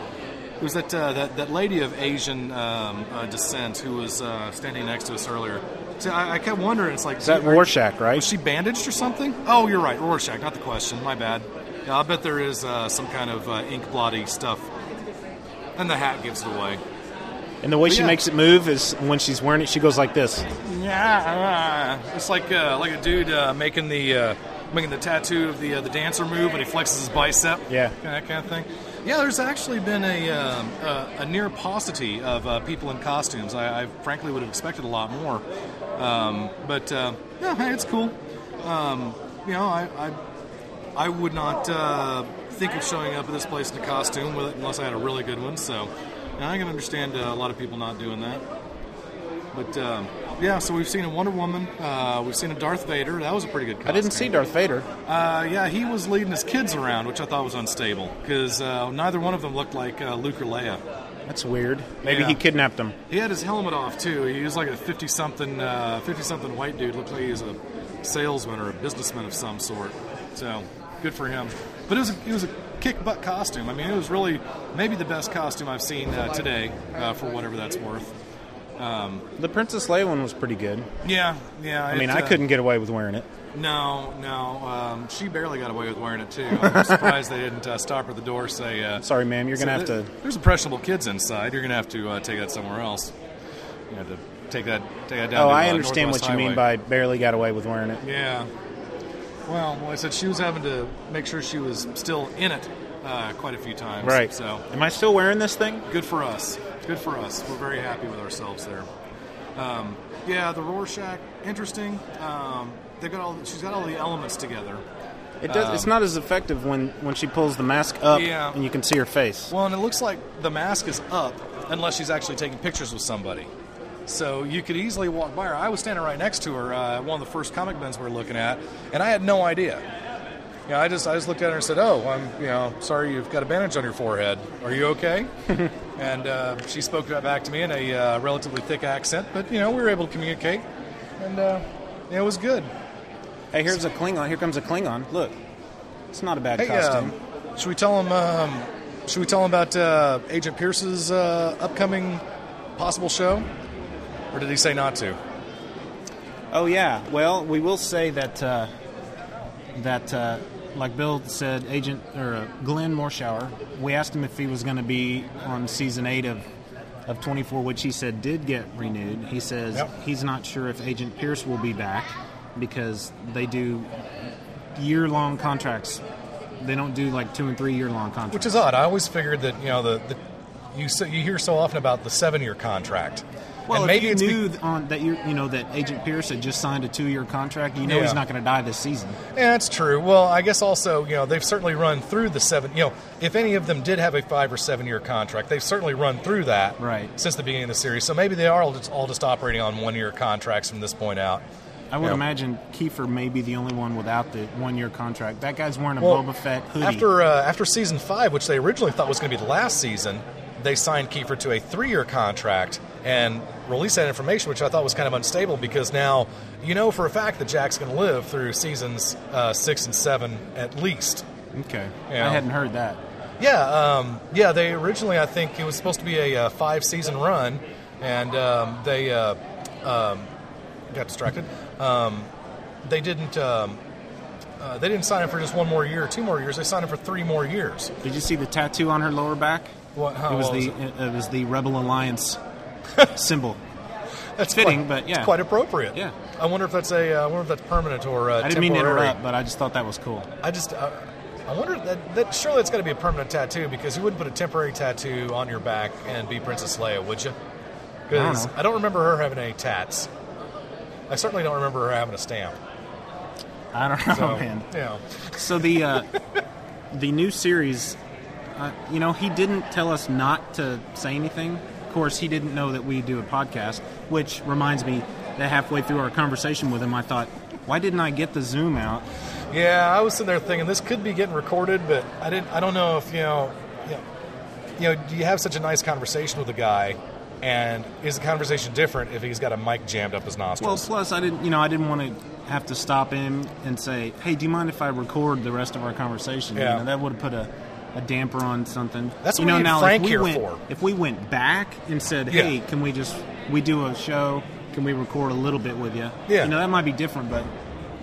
[SPEAKER 8] it was that, uh, that that lady of Asian um, uh, descent who was uh, standing next to us earlier. So I, I kept wondering. It's like
[SPEAKER 11] Is that
[SPEAKER 8] are-
[SPEAKER 11] Rorschach, right?
[SPEAKER 8] Was she bandaged or something? Oh, you're right. Rorschach, not the question. My bad. Yeah, I bet there is uh, some kind of uh, ink blotty stuff, and the hat gives it away.
[SPEAKER 11] and the way
[SPEAKER 8] But
[SPEAKER 11] she
[SPEAKER 8] yeah.
[SPEAKER 11] makes it move is when she's wearing it, she goes like this.
[SPEAKER 8] Yeah, it's like uh, like a dude uh, making the uh, making the tattoo of the uh, the dancer move, and he flexes his bicep.
[SPEAKER 11] Yeah.
[SPEAKER 8] that kind of thing. Yeah, there's actually been a um, uh, a near paucity of uh, people in costumes. I, I frankly would have expected a lot more, um, but uh, yeah, hey, it's cool. Um, you know, I I, I would not uh, think of showing up at this place in a costume with it unless I had a really good one. So, and I can understand uh, a lot of people not doing that. But um, yeah, so we've seen a Wonder Woman. Uh, we've seen a Darth Vader. That was a pretty good. Costume.
[SPEAKER 11] I didn't see Darth Vader.
[SPEAKER 8] Uh, yeah, he was leading his kids around, which I thought was unstable because uh, neither one of them looked like uh, Luke or Leia.
[SPEAKER 11] That's weird. Maybe
[SPEAKER 8] Yeah.
[SPEAKER 11] he kidnapped him.
[SPEAKER 8] He had his helmet off too. He was like a fifty-something, uh, fifty-something white dude. Looked like he was a salesman or a businessman of some sort. So good for him. But it was a, it was a kick butt costume. I mean, it was really maybe the best costume I've seen uh, today uh, for whatever that's worth. Um,
[SPEAKER 11] The Princess Leia one was pretty good.
[SPEAKER 8] yeah, yeah.
[SPEAKER 11] I mean,
[SPEAKER 8] it,
[SPEAKER 11] I
[SPEAKER 8] uh,
[SPEAKER 11] couldn't get away with wearing it.
[SPEAKER 8] No, no. Um, she barely got away with wearing it too. I'm surprised they didn't uh, stop her at the door. Say, uh,
[SPEAKER 11] Sorry, ma'am, you're gonna
[SPEAKER 8] "So
[SPEAKER 11] have
[SPEAKER 8] there-
[SPEAKER 11] to-
[SPEAKER 8] There's impressionable kids inside. You're gonna have to uh, take that somewhere else. You have to take that, take that down.
[SPEAKER 11] Oh,
[SPEAKER 8] to,
[SPEAKER 11] I
[SPEAKER 8] uh,
[SPEAKER 11] understand what
[SPEAKER 8] Northwest
[SPEAKER 11] you mean
[SPEAKER 8] Highway.
[SPEAKER 11] by barely got away with wearing it.
[SPEAKER 8] Yeah. Well, well, I said she was having to make sure she was still in it uh, quite a few times.
[SPEAKER 11] Right.
[SPEAKER 8] So
[SPEAKER 11] Am I still wearing this thing?
[SPEAKER 8] Good for us. Good for us. We're very happy with ourselves there. Um, yeah, the Rorschach, interesting. Um, they've got all. She's got all the elements together.
[SPEAKER 11] It does.
[SPEAKER 8] Um,
[SPEAKER 11] it's not as effective when when she pulls the mask up
[SPEAKER 8] Yeah.
[SPEAKER 11] and you can see her face.
[SPEAKER 8] Well, and it looks like the mask is up unless she's actually taking pictures with somebody. So you could easily walk by her. I was standing right next to her uh, at one of the first comic bins we were looking at, and I had no idea. You know, I just I just looked at her and said, "Oh, I'm you know sorry you've got a bandage on your forehead. Are you okay?" and uh, she spoke that back to me in a uh, relatively thick accent, but you know we were able to communicate, and uh, it was good.
[SPEAKER 11] Hey, here's a Klingon. Here comes a Klingon. Look, it's not a bad
[SPEAKER 8] Hey,
[SPEAKER 11] costume.
[SPEAKER 8] um, should we tell him? Um, should we tell him about uh, Agent Pierce's uh, upcoming possible show? Or did he say not to?
[SPEAKER 11] Oh yeah. Well, we will say that uh, that uh, like Bill said, Agent or uh, Glenn Morshower. We asked him if he was going to be on season eight of of 24, which he said did get renewed. He says
[SPEAKER 8] Yep.
[SPEAKER 11] he's not sure if Agent Pierce will be back because they do year long contracts. They don't do like two and three year long contracts.
[SPEAKER 8] Which is odd. I always figured that you know the, the you so, you hear so often about the seven year contract.
[SPEAKER 11] Well,
[SPEAKER 8] and
[SPEAKER 11] if
[SPEAKER 8] maybe
[SPEAKER 11] you
[SPEAKER 8] it's be-
[SPEAKER 11] knew th- on, that you you know that Agent Pierce had just signed a two-year contract, you know
[SPEAKER 8] Yeah.
[SPEAKER 11] he's not going to die this season.
[SPEAKER 8] Yeah, that's true. Well, I guess also, you know, they've certainly run through the seven. You know, if any of them did have a five or seven year contract, they've certainly run through that right since the beginning of the series. So maybe they are all just, all just operating on one year contracts from this point out.
[SPEAKER 11] I would
[SPEAKER 8] Yeah.
[SPEAKER 11] imagine Kiefer may be the only one without the one-year contract. That guy's wearing a
[SPEAKER 8] Well,
[SPEAKER 11] Boba Fett hoodie.
[SPEAKER 8] After uh, after season five, which they originally thought was going to be the last season, they signed Kiefer to a three year contract and released that information, which I thought was kind of unstable because now you know for a fact that Jack's going to live through seasons uh, six and seven at least.
[SPEAKER 11] okay,
[SPEAKER 8] Yeah.
[SPEAKER 11] I hadn't heard that.
[SPEAKER 8] Yeah, um, yeah. They originally, I think, it was supposed to be a uh, five season run, and um, they uh, um, got distracted. Um, they didn't. Um, uh, they didn't sign him for just one more year, or two more years. They signed him for three more years.
[SPEAKER 11] Did you see the tattoo on her lower back?
[SPEAKER 8] What? How,
[SPEAKER 11] it was
[SPEAKER 8] what
[SPEAKER 11] the
[SPEAKER 8] it?
[SPEAKER 11] it? was the Rebel Alliance symbol.
[SPEAKER 8] That's
[SPEAKER 11] fitting,
[SPEAKER 8] quite-
[SPEAKER 11] but yeah,
[SPEAKER 8] it's quite appropriate.
[SPEAKER 11] Yeah,
[SPEAKER 8] I wonder if that's a. Uh, I wonder if that's permanent or. Uh,
[SPEAKER 11] I didn't mean to
[SPEAKER 8] temporary.
[SPEAKER 11] interrupt, but I just thought that was cool.
[SPEAKER 8] I just. Uh, I wonder that, that surely it's got to be a permanent tattoo because you wouldn't put a temporary tattoo on your back and be Princess Leia, would you? Because
[SPEAKER 11] I don't
[SPEAKER 8] I, don't remember her having any tats. I certainly don't remember her having a stamp.
[SPEAKER 11] I don't know,
[SPEAKER 8] So,
[SPEAKER 11] Oh, man.
[SPEAKER 8] Yeah.
[SPEAKER 11] So the uh, the new series, uh, you know, he didn't tell us not to say anything. Of course, he didn't know that we do a podcast, which reminds me that halfway through our conversation with him, I thought, why didn't I get the Zoom out?
[SPEAKER 8] Yeah, I was sitting there thinking this could be getting recorded, but I didn't. I don't know if you know. You know, you, know, you have such a nice conversation with a guy, and is the conversation different if he's got a mic jammed up his nostril?
[SPEAKER 11] Well, plus I didn't, you know, I didn't want to have to stop him and say, "Hey, do you mind if I record the rest of our conversation?" You
[SPEAKER 8] Yeah.
[SPEAKER 11] know, that would have put a, a damper on something.
[SPEAKER 8] That's
[SPEAKER 11] you
[SPEAKER 8] what
[SPEAKER 11] know,
[SPEAKER 8] we need
[SPEAKER 11] now,
[SPEAKER 8] Frank
[SPEAKER 11] if we
[SPEAKER 8] here
[SPEAKER 11] went,
[SPEAKER 8] for.
[SPEAKER 11] If we went back and said,
[SPEAKER 8] Yeah.
[SPEAKER 11] "Hey, can we just we do a show? Can we record a little bit with you?"
[SPEAKER 8] Yeah.
[SPEAKER 11] you know, that might be different, but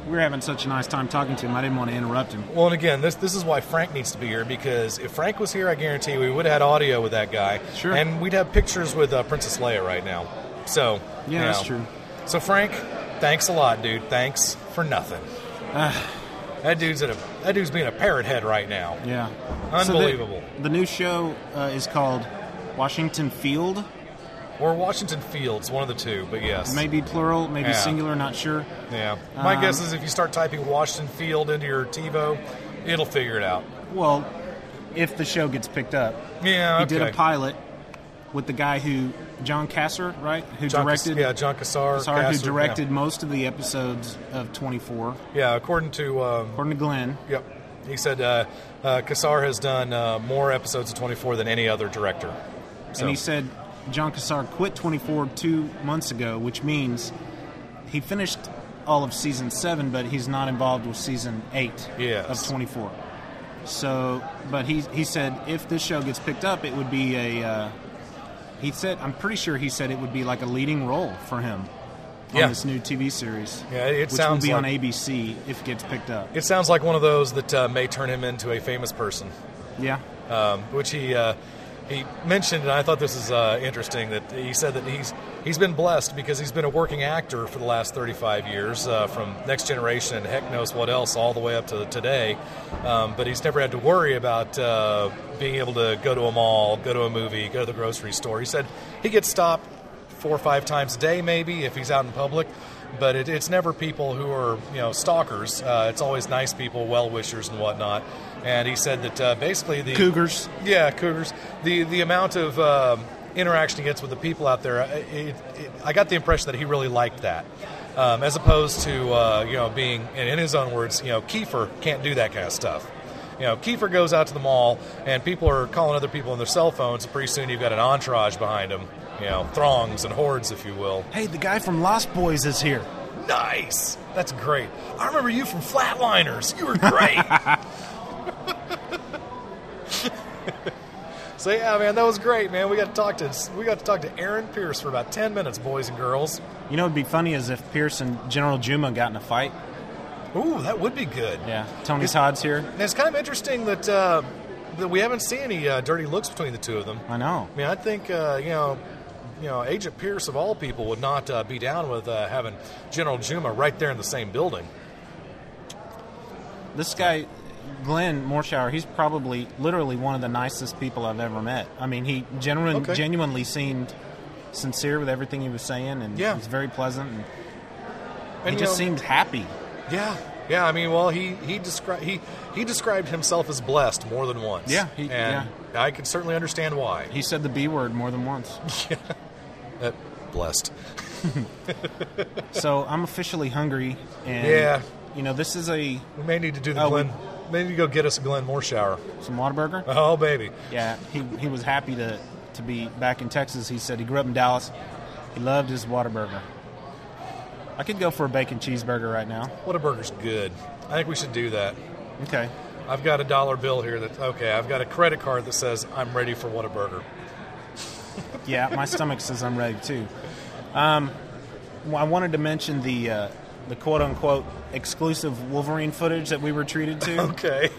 [SPEAKER 11] we were having such a nice time talking to him. I didn't want to interrupt him.
[SPEAKER 8] Well, and again, this this is why Frank needs to be here because if Frank was here, I guarantee we would have had audio with that guy. Sure. And we'd have pictures with uh, Princess Leia right now. So
[SPEAKER 11] Yeah,
[SPEAKER 8] you
[SPEAKER 11] that's
[SPEAKER 8] know.
[SPEAKER 11] true.
[SPEAKER 8] So Frank, thanks a lot, dude. Thanks for nothing.
[SPEAKER 11] Ah.
[SPEAKER 8] that dude's at a that dude's being a parrot head right now.
[SPEAKER 11] Yeah, So the-
[SPEAKER 8] Unbelievable.
[SPEAKER 11] the, new show uh, is called Washington Field.
[SPEAKER 8] Or Washington Fields, one of the two, but yes.
[SPEAKER 11] Maybe plural, maybe
[SPEAKER 8] Yeah.
[SPEAKER 11] singular, not sure.
[SPEAKER 8] Yeah. My
[SPEAKER 11] Um,
[SPEAKER 8] guess is if you start typing Washington Field into your TiVo, it'll figure it out.
[SPEAKER 11] Well, if the show gets picked up.
[SPEAKER 8] Yeah,
[SPEAKER 11] He did a
[SPEAKER 8] okay.
[SPEAKER 11] pilot with the guy who John Kasser, right? Who
[SPEAKER 8] John Cas-
[SPEAKER 11] directed?
[SPEAKER 8] yeah, John Cassar,
[SPEAKER 11] Sorry,
[SPEAKER 8] Kasser,
[SPEAKER 11] who directed most of the episodes of Twenty Four.
[SPEAKER 8] Yeah, according to um,
[SPEAKER 11] according to Glenn.
[SPEAKER 8] Yep, he said uh, uh, Kassar has done uh, more episodes of Twenty Four than any other director. So,
[SPEAKER 11] And he said John Kasar quit 24 two months ago, which means he finished all of season seven, but he's not involved with season eight of 24. So, but he he said if this show gets picked up, it would be a. Uh, he said, I'm pretty sure he said it would be like a leading role for him on
[SPEAKER 8] Yeah.
[SPEAKER 11] this new TV series.
[SPEAKER 8] Yeah, it
[SPEAKER 11] which
[SPEAKER 8] sounds
[SPEAKER 11] will be on
[SPEAKER 8] like-
[SPEAKER 11] ABC if it gets picked up.
[SPEAKER 8] it sounds like one of those that uh, may turn him into a famous person.
[SPEAKER 11] Yeah.
[SPEAKER 8] um, which he uh, he mentioned, and I thought this is uh, interesting that he said that he's he's been blessed because he's been a working actor for the last 35 years, uh, from Next Generation and heck knows what else, all the way up to today. Um, but he's never had to worry about uh, being able to go to a mall, go to a movie, go to the grocery store. He said he gets stopped four or five times a day, maybe if he's out in public. But it, it's never people who are you know stalkers. Uh, it's always nice people, well wishers, and whatnot. And he said that uh, basically the
[SPEAKER 11] Cougars.
[SPEAKER 8] yeah, cougars. The the amount of um, interaction he gets with the people out there, I- it, it, I got the impression that he really liked that, um, as opposed to uh, you know being, and in his own words, you know, Kiefer can't do that kind of stuff. You know, Kiefer goes out to the mall, and people are calling other people on their cell phones. And pretty soon, you've got an entourage behind him. You know, throngs and hordes, if you will.
[SPEAKER 11] Hey, the guy from Lost Boys is here.
[SPEAKER 8] Nice. That's great. I remember you from Flatliners. You were great. so yeah, man, that was great, man. We got to talk to we got to talk to Aaron Pierce for about ten minutes, boys and girls.
[SPEAKER 11] You know, it'd be funny as if Pierce and General Juma got in a fight.
[SPEAKER 8] Ooh, that would be good.
[SPEAKER 11] Yeah, Tony Todd's here.
[SPEAKER 8] And it's kind of interesting that uh, that we haven't seen any uh, dirty looks between the two of them.
[SPEAKER 11] I know.
[SPEAKER 8] I mean, I think uh, you know, you know, Agent Pierce of all people would not uh, be down with uh, having General Juma right there in the same building.
[SPEAKER 11] This guy, Glenn Morshower, he's probably literally one of the nicest people I've ever met. I mean, he genuine,
[SPEAKER 8] Okay.
[SPEAKER 11] genuinely seemed sincere with everything he was saying, and
[SPEAKER 8] Yeah.
[SPEAKER 11] he was very pleasant. And
[SPEAKER 8] And,
[SPEAKER 11] he
[SPEAKER 8] you
[SPEAKER 11] just
[SPEAKER 8] know-
[SPEAKER 11] seemed happy.
[SPEAKER 8] Yeah, yeah. I mean, well, he he described he he described himself as blessed more than once.
[SPEAKER 11] Yeah, he-
[SPEAKER 8] and I can certainly understand why.
[SPEAKER 11] He said the B word more than once.
[SPEAKER 8] Yeah, Uh, blessed.
[SPEAKER 11] so I'm officially hungry, and
[SPEAKER 8] Yeah.
[SPEAKER 11] you know, this is a
[SPEAKER 8] we may need to do the
[SPEAKER 11] oh,
[SPEAKER 8] Glenn. Maybe go get us a Glenn Moore shower.
[SPEAKER 11] Some Whataburger?
[SPEAKER 8] Oh, baby.
[SPEAKER 11] Yeah, he, he was happy to, to be back in Texas. He said he grew up in Dallas. He loved his Whataburger. I could go for a bacon cheeseburger right now.
[SPEAKER 8] Whataburger's good. I think we should do that.
[SPEAKER 11] Okay.
[SPEAKER 8] I've got a dollar bill here that okay. I've got a credit card that says I'm ready for Whataburger.
[SPEAKER 11] Yeah, my stomach says I'm ready too. Um, well, I wanted to mention the uh, the quote unquote exclusive Wolverine footage that we were treated to.
[SPEAKER 8] Okay.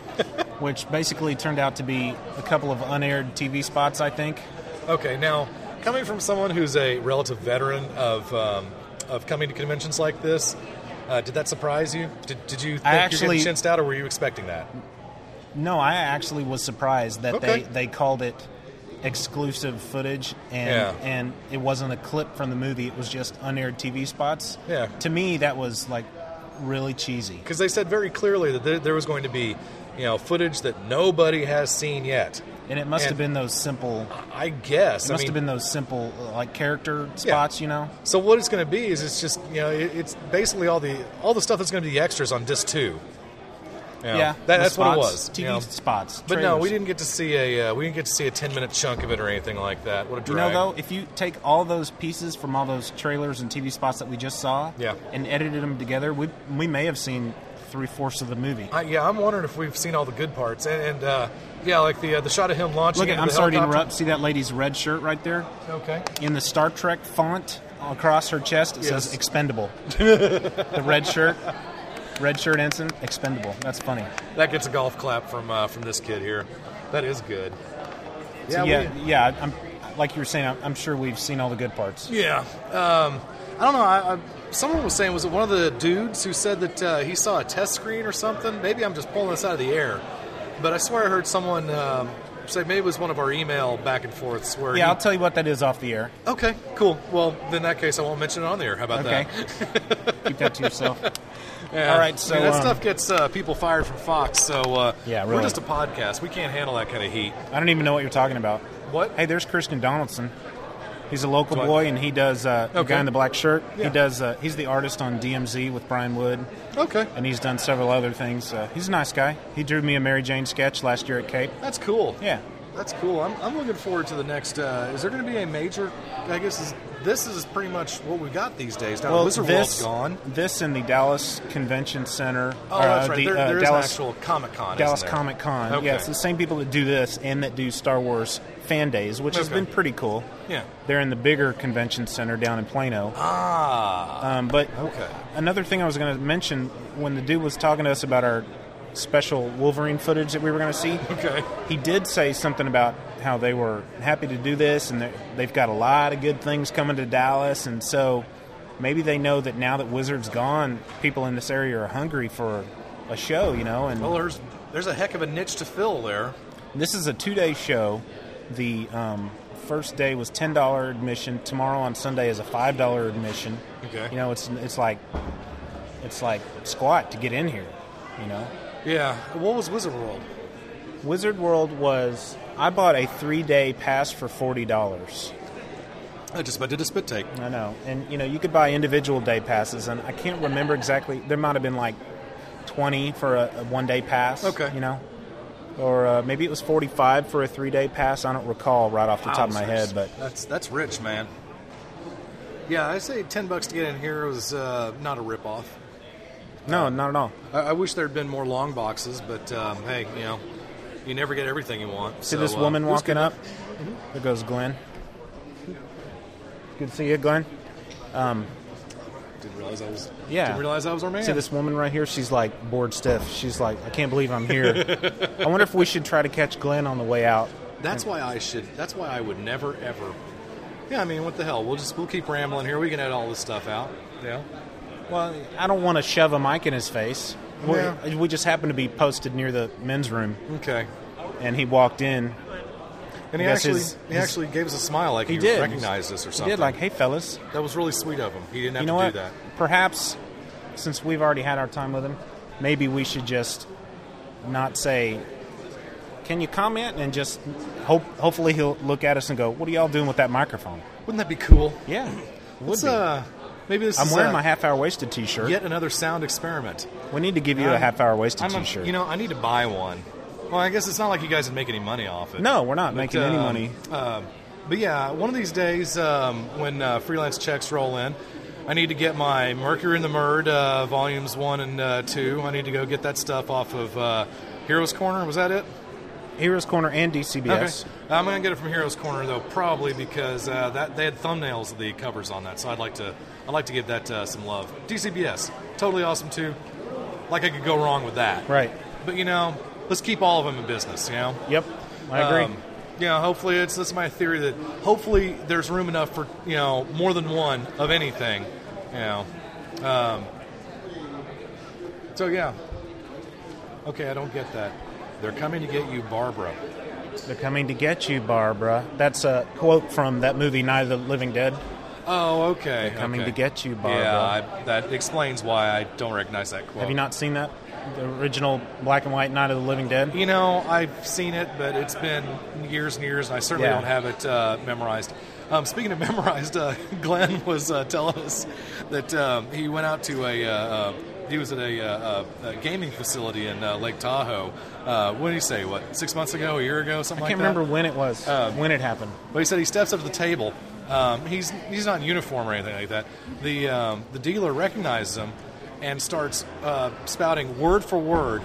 [SPEAKER 11] which basically turned out to be a couple of unaired TV spots, I think.
[SPEAKER 8] Okay, now coming from someone who's a relative veteran of um, of coming to conventions like this? Uh, did that surprise you? Did, did you think
[SPEAKER 11] I
[SPEAKER 8] you're
[SPEAKER 11] actually-
[SPEAKER 8] getting chinsed out, or were you expecting that?
[SPEAKER 11] No, I actually was surprised that
[SPEAKER 8] Okay.
[SPEAKER 11] they, they called it exclusive footage and
[SPEAKER 8] Yeah.
[SPEAKER 11] and it wasn't a clip from the movie. It was just unaired TV spots.
[SPEAKER 8] Yeah.
[SPEAKER 11] To me, that was like really cheesy.
[SPEAKER 8] Because they said very clearly that there, there was going to be, you know, footage that nobody has seen yet.
[SPEAKER 11] And it must have been those simple.
[SPEAKER 8] I guess.
[SPEAKER 11] It
[SPEAKER 8] I
[SPEAKER 11] must have
[SPEAKER 8] mean-
[SPEAKER 11] been those simple uh, like character spots. You know.
[SPEAKER 8] So what it's going to be is it's just you know it, it's basically all the all the stuff that's going to be the extras on disc two. You know,
[SPEAKER 11] Yeah,
[SPEAKER 8] that-
[SPEAKER 11] the
[SPEAKER 8] that's what it
[SPEAKER 11] spots,
[SPEAKER 8] was.
[SPEAKER 11] TV spots,
[SPEAKER 8] But no, we
[SPEAKER 11] trailers.
[SPEAKER 8] didn't get to see a uh, we didn't get to see a ten minute chunk of it or anything like that. What a
[SPEAKER 11] You
[SPEAKER 8] drag!
[SPEAKER 11] know, though, if you take all those pieces from all those trailers and TV spots that we just saw,
[SPEAKER 8] Yeah.
[SPEAKER 11] and edited them together, we we may have seen three fourths of the movie.
[SPEAKER 8] I, yeah, I'm wondering if we've seen all the good parts and, and uh, yeah, like the uh, the shot of him launching.
[SPEAKER 11] Look, at,
[SPEAKER 8] into
[SPEAKER 11] I'm
[SPEAKER 8] the
[SPEAKER 11] sorry to
[SPEAKER 8] helicopter.
[SPEAKER 11] interrupt. See that lady's red shirt right there?
[SPEAKER 8] Okay.
[SPEAKER 11] In the Star Trek font across her chest, it
[SPEAKER 8] Yes.
[SPEAKER 11] says "Expendable." the red shirt, red shirt ensign, Expendable. That's funny.
[SPEAKER 8] That gets a golf clap from uh, from this kid here. That is good.
[SPEAKER 11] So,
[SPEAKER 8] we-
[SPEAKER 11] yeah, yeah. I- I'm like you were saying. I'm, I'm sure we've seen all the good parts.
[SPEAKER 8] Yeah. Um, I don't know. I, I, someone was saying, was it one of the dudes who said that uh, he saw a test screen or something? Maybe I'm just pulling this out of the air. But I swear I heard someone um, say maybe it was one of our email back and forths where.
[SPEAKER 11] Yeah,
[SPEAKER 8] he-
[SPEAKER 11] I'll tell you what that is off the air.
[SPEAKER 8] Okay, cool. Well, then in that case, I won't mention it on the air. How about
[SPEAKER 11] Okay.
[SPEAKER 8] that?
[SPEAKER 11] Keep that to yourself.
[SPEAKER 8] Yeah.
[SPEAKER 11] All right,
[SPEAKER 8] I mean,
[SPEAKER 11] so,
[SPEAKER 8] that
[SPEAKER 11] um,
[SPEAKER 8] stuff gets uh, people fired from Fox. So uh,
[SPEAKER 11] Yeah,
[SPEAKER 8] we're
[SPEAKER 11] really.
[SPEAKER 8] just a podcast. We can't handle that kind of heat.
[SPEAKER 11] I don't even know what you're talking about.
[SPEAKER 8] What?
[SPEAKER 11] Hey, there's Christian Donaldson. He's a local
[SPEAKER 8] Do I-
[SPEAKER 11] boy, and he does uh, the
[SPEAKER 8] Okay.
[SPEAKER 11] guy in the black shirt.
[SPEAKER 8] Yeah.
[SPEAKER 11] He does. Uh, he's the artist on DMZ with Brian Wood.
[SPEAKER 8] Okay.
[SPEAKER 11] And he's done several other things. Uh, he's a nice guy. He drew me a Mary Jane sketch last year at Cape.
[SPEAKER 8] That's cool.
[SPEAKER 11] Yeah.
[SPEAKER 8] That's cool. I'm, I'm looking forward to the next. Uh, is there going to be a major? I guess is, this is pretty much what we got these days. Now,
[SPEAKER 11] well,
[SPEAKER 8] Oh, Wizard
[SPEAKER 11] this
[SPEAKER 8] World's gone.
[SPEAKER 11] this and the Dallas Convention Center.
[SPEAKER 8] Oh,
[SPEAKER 11] or,
[SPEAKER 8] that's
[SPEAKER 11] uh,
[SPEAKER 8] right.
[SPEAKER 11] The,
[SPEAKER 8] there
[SPEAKER 11] uh,
[SPEAKER 8] there is
[SPEAKER 11] Dallas,
[SPEAKER 8] an actual Comic Con.
[SPEAKER 11] Dallas Comic Con.
[SPEAKER 8] Okay.
[SPEAKER 11] Yeah, it's the same people that do this and that do Star Wars Fan Days, which has
[SPEAKER 8] Okay.
[SPEAKER 11] been pretty cool.
[SPEAKER 8] Yeah.
[SPEAKER 11] They're in the bigger convention center down in Plano.
[SPEAKER 8] Ah.
[SPEAKER 11] Um, but
[SPEAKER 8] Okay.
[SPEAKER 11] another thing I was going to mention when the dude was talking to us about our special Wolverine footage that we were going to see,
[SPEAKER 8] okay.
[SPEAKER 11] he did say something about how they were happy to do this and they're- they've got a lot of good things coming to Dallas, and so maybe they know that now that Wizard's gone, people in this area are hungry for a show, you know, and
[SPEAKER 8] Well, there's there's a heck of a niche to fill there.
[SPEAKER 11] this is a two day show. The um, first day was ten dollar admission. Tomorrow on Sunday is a five dollar admission.
[SPEAKER 8] Okay.
[SPEAKER 11] You know, it's it's like it's like squat to get in here. You know.
[SPEAKER 8] Yeah. What was Wizard World?
[SPEAKER 11] Wizard World was I bought a three day pass for forty dollars.
[SPEAKER 8] I just about did a spit take.
[SPEAKER 11] I know, and you know you could buy individual day passes, and I can't remember exactly. There might have been like twenty for a, a one day pass. Okay. You know. Or uh, maybe it was forty-five for a three-day pass. I don't recall right off the top of my head, but
[SPEAKER 8] that's that's rich, man. Yeah, I say ten bucks to get in here was uh, not a rip off.
[SPEAKER 11] No, not at all.
[SPEAKER 8] I, I wish there had been more long boxes, but um, hey, you know, you never get everything you want.
[SPEAKER 11] See
[SPEAKER 8] so,
[SPEAKER 11] this
[SPEAKER 8] uh,
[SPEAKER 11] woman
[SPEAKER 8] it was
[SPEAKER 11] walking
[SPEAKER 8] good.
[SPEAKER 11] up? There goes Glenn. Good to see you, Glenn. Um,
[SPEAKER 8] Didn't realize I was.
[SPEAKER 11] yeah.
[SPEAKER 8] Didn't realize I was our man.
[SPEAKER 11] See this woman right here? She's like bored stiff. She's like, I can't believe I'm here. I wonder if we should try to catch Glenn on the way out.
[SPEAKER 8] That's why I should. That's why I would never ever. Yeah, I mean, what the hell? We'll just we'll keep rambling here. We can edit all this stuff out. Yeah.
[SPEAKER 11] Well, I don't want to shove a mic in his face. We-
[SPEAKER 8] Yeah.
[SPEAKER 11] We just happened to be posted near the men's room.
[SPEAKER 8] Okay.
[SPEAKER 11] And he walked in.
[SPEAKER 8] And
[SPEAKER 11] I
[SPEAKER 8] he
[SPEAKER 11] guess
[SPEAKER 8] actually
[SPEAKER 11] his-
[SPEAKER 8] he
[SPEAKER 11] his-
[SPEAKER 8] actually gave us a smile, like he,
[SPEAKER 11] did.
[SPEAKER 8] recognized us or something.
[SPEAKER 11] He did, like, hey, fellas.
[SPEAKER 8] that was really sweet of him. He didn't have
[SPEAKER 11] you know
[SPEAKER 8] to
[SPEAKER 11] what?
[SPEAKER 8] do that.
[SPEAKER 11] Perhaps since we've already had our time with him, maybe we should just not say. Can you comment and just hope? Hopefully, he'll look at us and go, "What are y'all doing with that microphone?"
[SPEAKER 8] Wouldn't that be cool?
[SPEAKER 11] Yeah, would
[SPEAKER 8] Let's,
[SPEAKER 11] be.
[SPEAKER 8] uh, maybe this
[SPEAKER 11] I'm
[SPEAKER 8] is,
[SPEAKER 11] wearing
[SPEAKER 8] uh,
[SPEAKER 11] my half-hour wasted T-shirt.
[SPEAKER 8] Yet another sound experiment.
[SPEAKER 11] we need to give you a
[SPEAKER 8] I'm-
[SPEAKER 11] half-hour wasted
[SPEAKER 8] I'm a-
[SPEAKER 11] T-shirt.
[SPEAKER 8] you know, I need to buy one. Well, I guess it's not like you guys would make any money off it.
[SPEAKER 11] No, we're not making any money.
[SPEAKER 8] um, but yeah, one of these days um, when uh, freelance checks roll in, I need to get my Mercury in the Murd uh, volumes one and uh, two. I need to go get that stuff off of uh, Heroes Corner. Was that it?
[SPEAKER 11] Heroes Corner and DCBS.
[SPEAKER 8] Okay. I'm gonna get it from Heroes Corner though, probably because uh, that they had thumbnails of the covers on that, so I'd like to I'd like to give that uh, some love. DCBS, totally awesome too. Like I could go wrong with that,
[SPEAKER 11] Right.
[SPEAKER 8] But you know, let's keep all of them in business. You know.
[SPEAKER 11] Yep, I agree.
[SPEAKER 8] Um, you know, hopefully it's this is my theory that hopefully there's room enough for you know more than one of anything. You know. Um, so yeah. Okay, I don't get that. They're coming to get you, Barbara.
[SPEAKER 11] They're coming to get you, Barbara. That's a quote from that movie, Night of the Living Dead.
[SPEAKER 8] Oh, okay.
[SPEAKER 11] They're coming
[SPEAKER 8] okay.
[SPEAKER 11] to get you, Barbara.
[SPEAKER 8] Yeah, I, that explains why I don't recognize that quote.
[SPEAKER 11] Have you not seen that? The original black and white Night of the Living Dead?
[SPEAKER 8] You know, I've seen it, but it's been years and years, and I certainly
[SPEAKER 11] Yeah.
[SPEAKER 8] don't have it uh, memorized. Um, speaking of memorized, uh, Glenn was uh, telling us that um, he went out to a. Uh, uh, he was at a, uh, uh, a gaming facility in uh, Lake Tahoe. Uh, what did he say? What six months ago, a year ago,
[SPEAKER 11] I
[SPEAKER 8] something like
[SPEAKER 11] can't
[SPEAKER 8] that.
[SPEAKER 11] remember when it was, when it happened.
[SPEAKER 8] But he said he steps up to the table. Um, he's he's not in uniform or anything like that. The um, the dealer recognizes him and starts uh, spouting word for word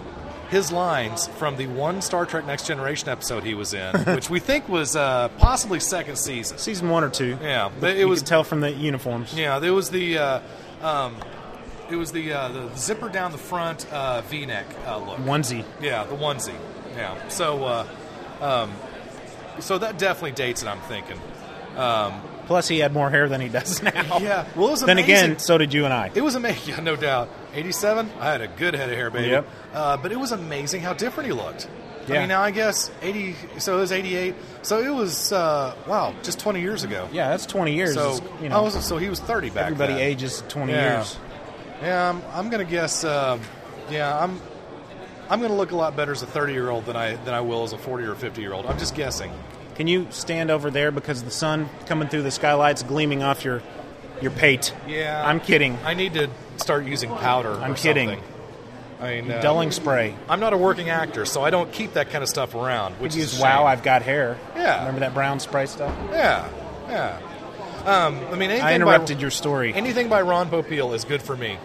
[SPEAKER 8] his lines from the one Star Trek Next Generation episode he was in, which we think was uh, possibly second season.
[SPEAKER 11] Season one or two.
[SPEAKER 8] Yeah, but it
[SPEAKER 11] you
[SPEAKER 8] was
[SPEAKER 11] could tell from the uniforms.
[SPEAKER 8] yeah, it was the uh, um, it was the, uh, the zipper down the front uh, V-neck uh, look.
[SPEAKER 11] Onesie.
[SPEAKER 8] Yeah, the onesie. Yeah. So, uh, um, so that definitely dates it. I'm thinking. Um,
[SPEAKER 11] Plus, he had more hair than he does now.
[SPEAKER 8] Yeah. Well, it was
[SPEAKER 11] then
[SPEAKER 8] amazing.
[SPEAKER 11] again, so did you and I.
[SPEAKER 8] It was amazing, yeah, no doubt. 87, I had a good head of hair, baby.
[SPEAKER 11] Yep.
[SPEAKER 8] Uh, but it was amazing how different he looked. I
[SPEAKER 11] Yeah.
[SPEAKER 8] mean, now I guess 80, so it was 88. So it was, uh, wow, just 20 years ago.
[SPEAKER 11] Yeah, that's 20 years.
[SPEAKER 8] So,
[SPEAKER 11] It's, you know,
[SPEAKER 8] I was- so he was 30 back
[SPEAKER 11] everybody
[SPEAKER 8] then.
[SPEAKER 11] ages 20
[SPEAKER 8] Yeah.
[SPEAKER 11] years.
[SPEAKER 8] Yeah, I'm, I'm going to guess, uh, yeah, I'm. I'm going to look a lot better as a 30 year old than I than I will as a 40 or 50 year old. I'm just guessing.
[SPEAKER 11] Can you stand over there because the sun coming through the skylights gleaming off your your pate?
[SPEAKER 8] Yeah.
[SPEAKER 11] I'm kidding.
[SPEAKER 8] I need to start using powder.
[SPEAKER 11] I'm
[SPEAKER 8] or
[SPEAKER 11] kidding.
[SPEAKER 8] something. I mean, uh,
[SPEAKER 11] Dulling spray.
[SPEAKER 8] I'm not a working actor, so I don't keep that kind of stuff around. Which
[SPEAKER 11] Could
[SPEAKER 8] is a
[SPEAKER 11] use wow,
[SPEAKER 8] shame.
[SPEAKER 11] I've got hair.
[SPEAKER 8] Yeah.
[SPEAKER 11] Remember that brown spray stuff?
[SPEAKER 8] Yeah, yeah. Um, I mean, anything
[SPEAKER 11] I interrupted
[SPEAKER 8] by,
[SPEAKER 11] your story.
[SPEAKER 8] Anything by Ron Popeil is good for me.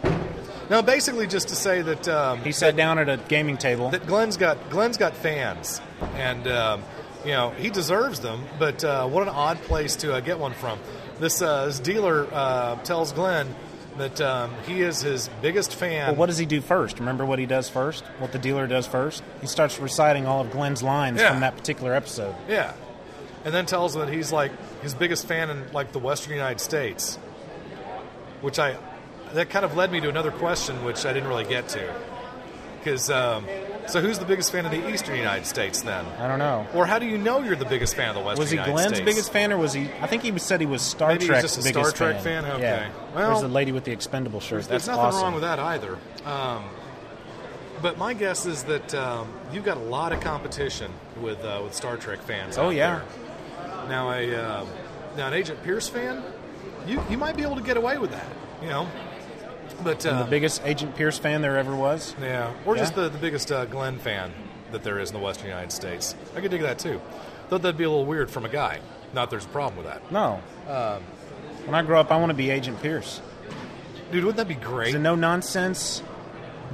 [SPEAKER 8] No, basically just to say that um,
[SPEAKER 11] he sat down at a gaming table.
[SPEAKER 8] That Glenn's got Glenn's got fans, and um, you know he deserves them. But uh, what an odd place to uh, get one from. This, uh, this dealer uh, tells Glenn that um, he is his biggest fan.
[SPEAKER 11] Well, what does he do first? Remember what he does first? What the dealer does first? He starts reciting all of Glenn's lines
[SPEAKER 8] Yeah.
[SPEAKER 11] from that particular episode.
[SPEAKER 8] Yeah. And then tells him that he's like his biggest fan in like the Western United States. Which I that kind of led me to another question which I didn't really get to. Cuz um, so who's the biggest fan of the Eastern United States then?
[SPEAKER 11] I don't know.
[SPEAKER 8] Or how do you know you're the biggest fan of the Western
[SPEAKER 11] was he
[SPEAKER 8] United
[SPEAKER 11] Glenn's
[SPEAKER 8] States?
[SPEAKER 11] biggest fan, or was he? I think he said he was Star
[SPEAKER 8] Maybe he was
[SPEAKER 11] Trek's
[SPEAKER 8] just a Star
[SPEAKER 11] biggest
[SPEAKER 8] Trek fan? Okay.
[SPEAKER 11] Yeah.
[SPEAKER 8] Well,
[SPEAKER 11] There's the lady with the expendable shirt.
[SPEAKER 8] There's,
[SPEAKER 11] That's
[SPEAKER 8] there's nothing
[SPEAKER 11] awesome.
[SPEAKER 8] wrong with that either. Um, but my guess is that um, you've got a lot of competition with uh, with Star Trek fans.
[SPEAKER 11] Oh,
[SPEAKER 8] out
[SPEAKER 11] yeah.
[SPEAKER 8] there. Now a um now an Agent Pierce fan, you you might be able to get away with that, you know. But
[SPEAKER 11] I'm
[SPEAKER 8] uh,
[SPEAKER 11] the biggest Agent Pierce fan there ever was.
[SPEAKER 8] yeah, or just the the biggest uh, Glenn fan that there is in the Western United States. I could dig that too. Thought that'd be a little weird from a guy. Not that there's a problem with that.
[SPEAKER 11] No. Um, when I grow up, I want to be Agent Pierce.
[SPEAKER 8] Dude, wouldn't that be great?
[SPEAKER 11] He's a no nonsense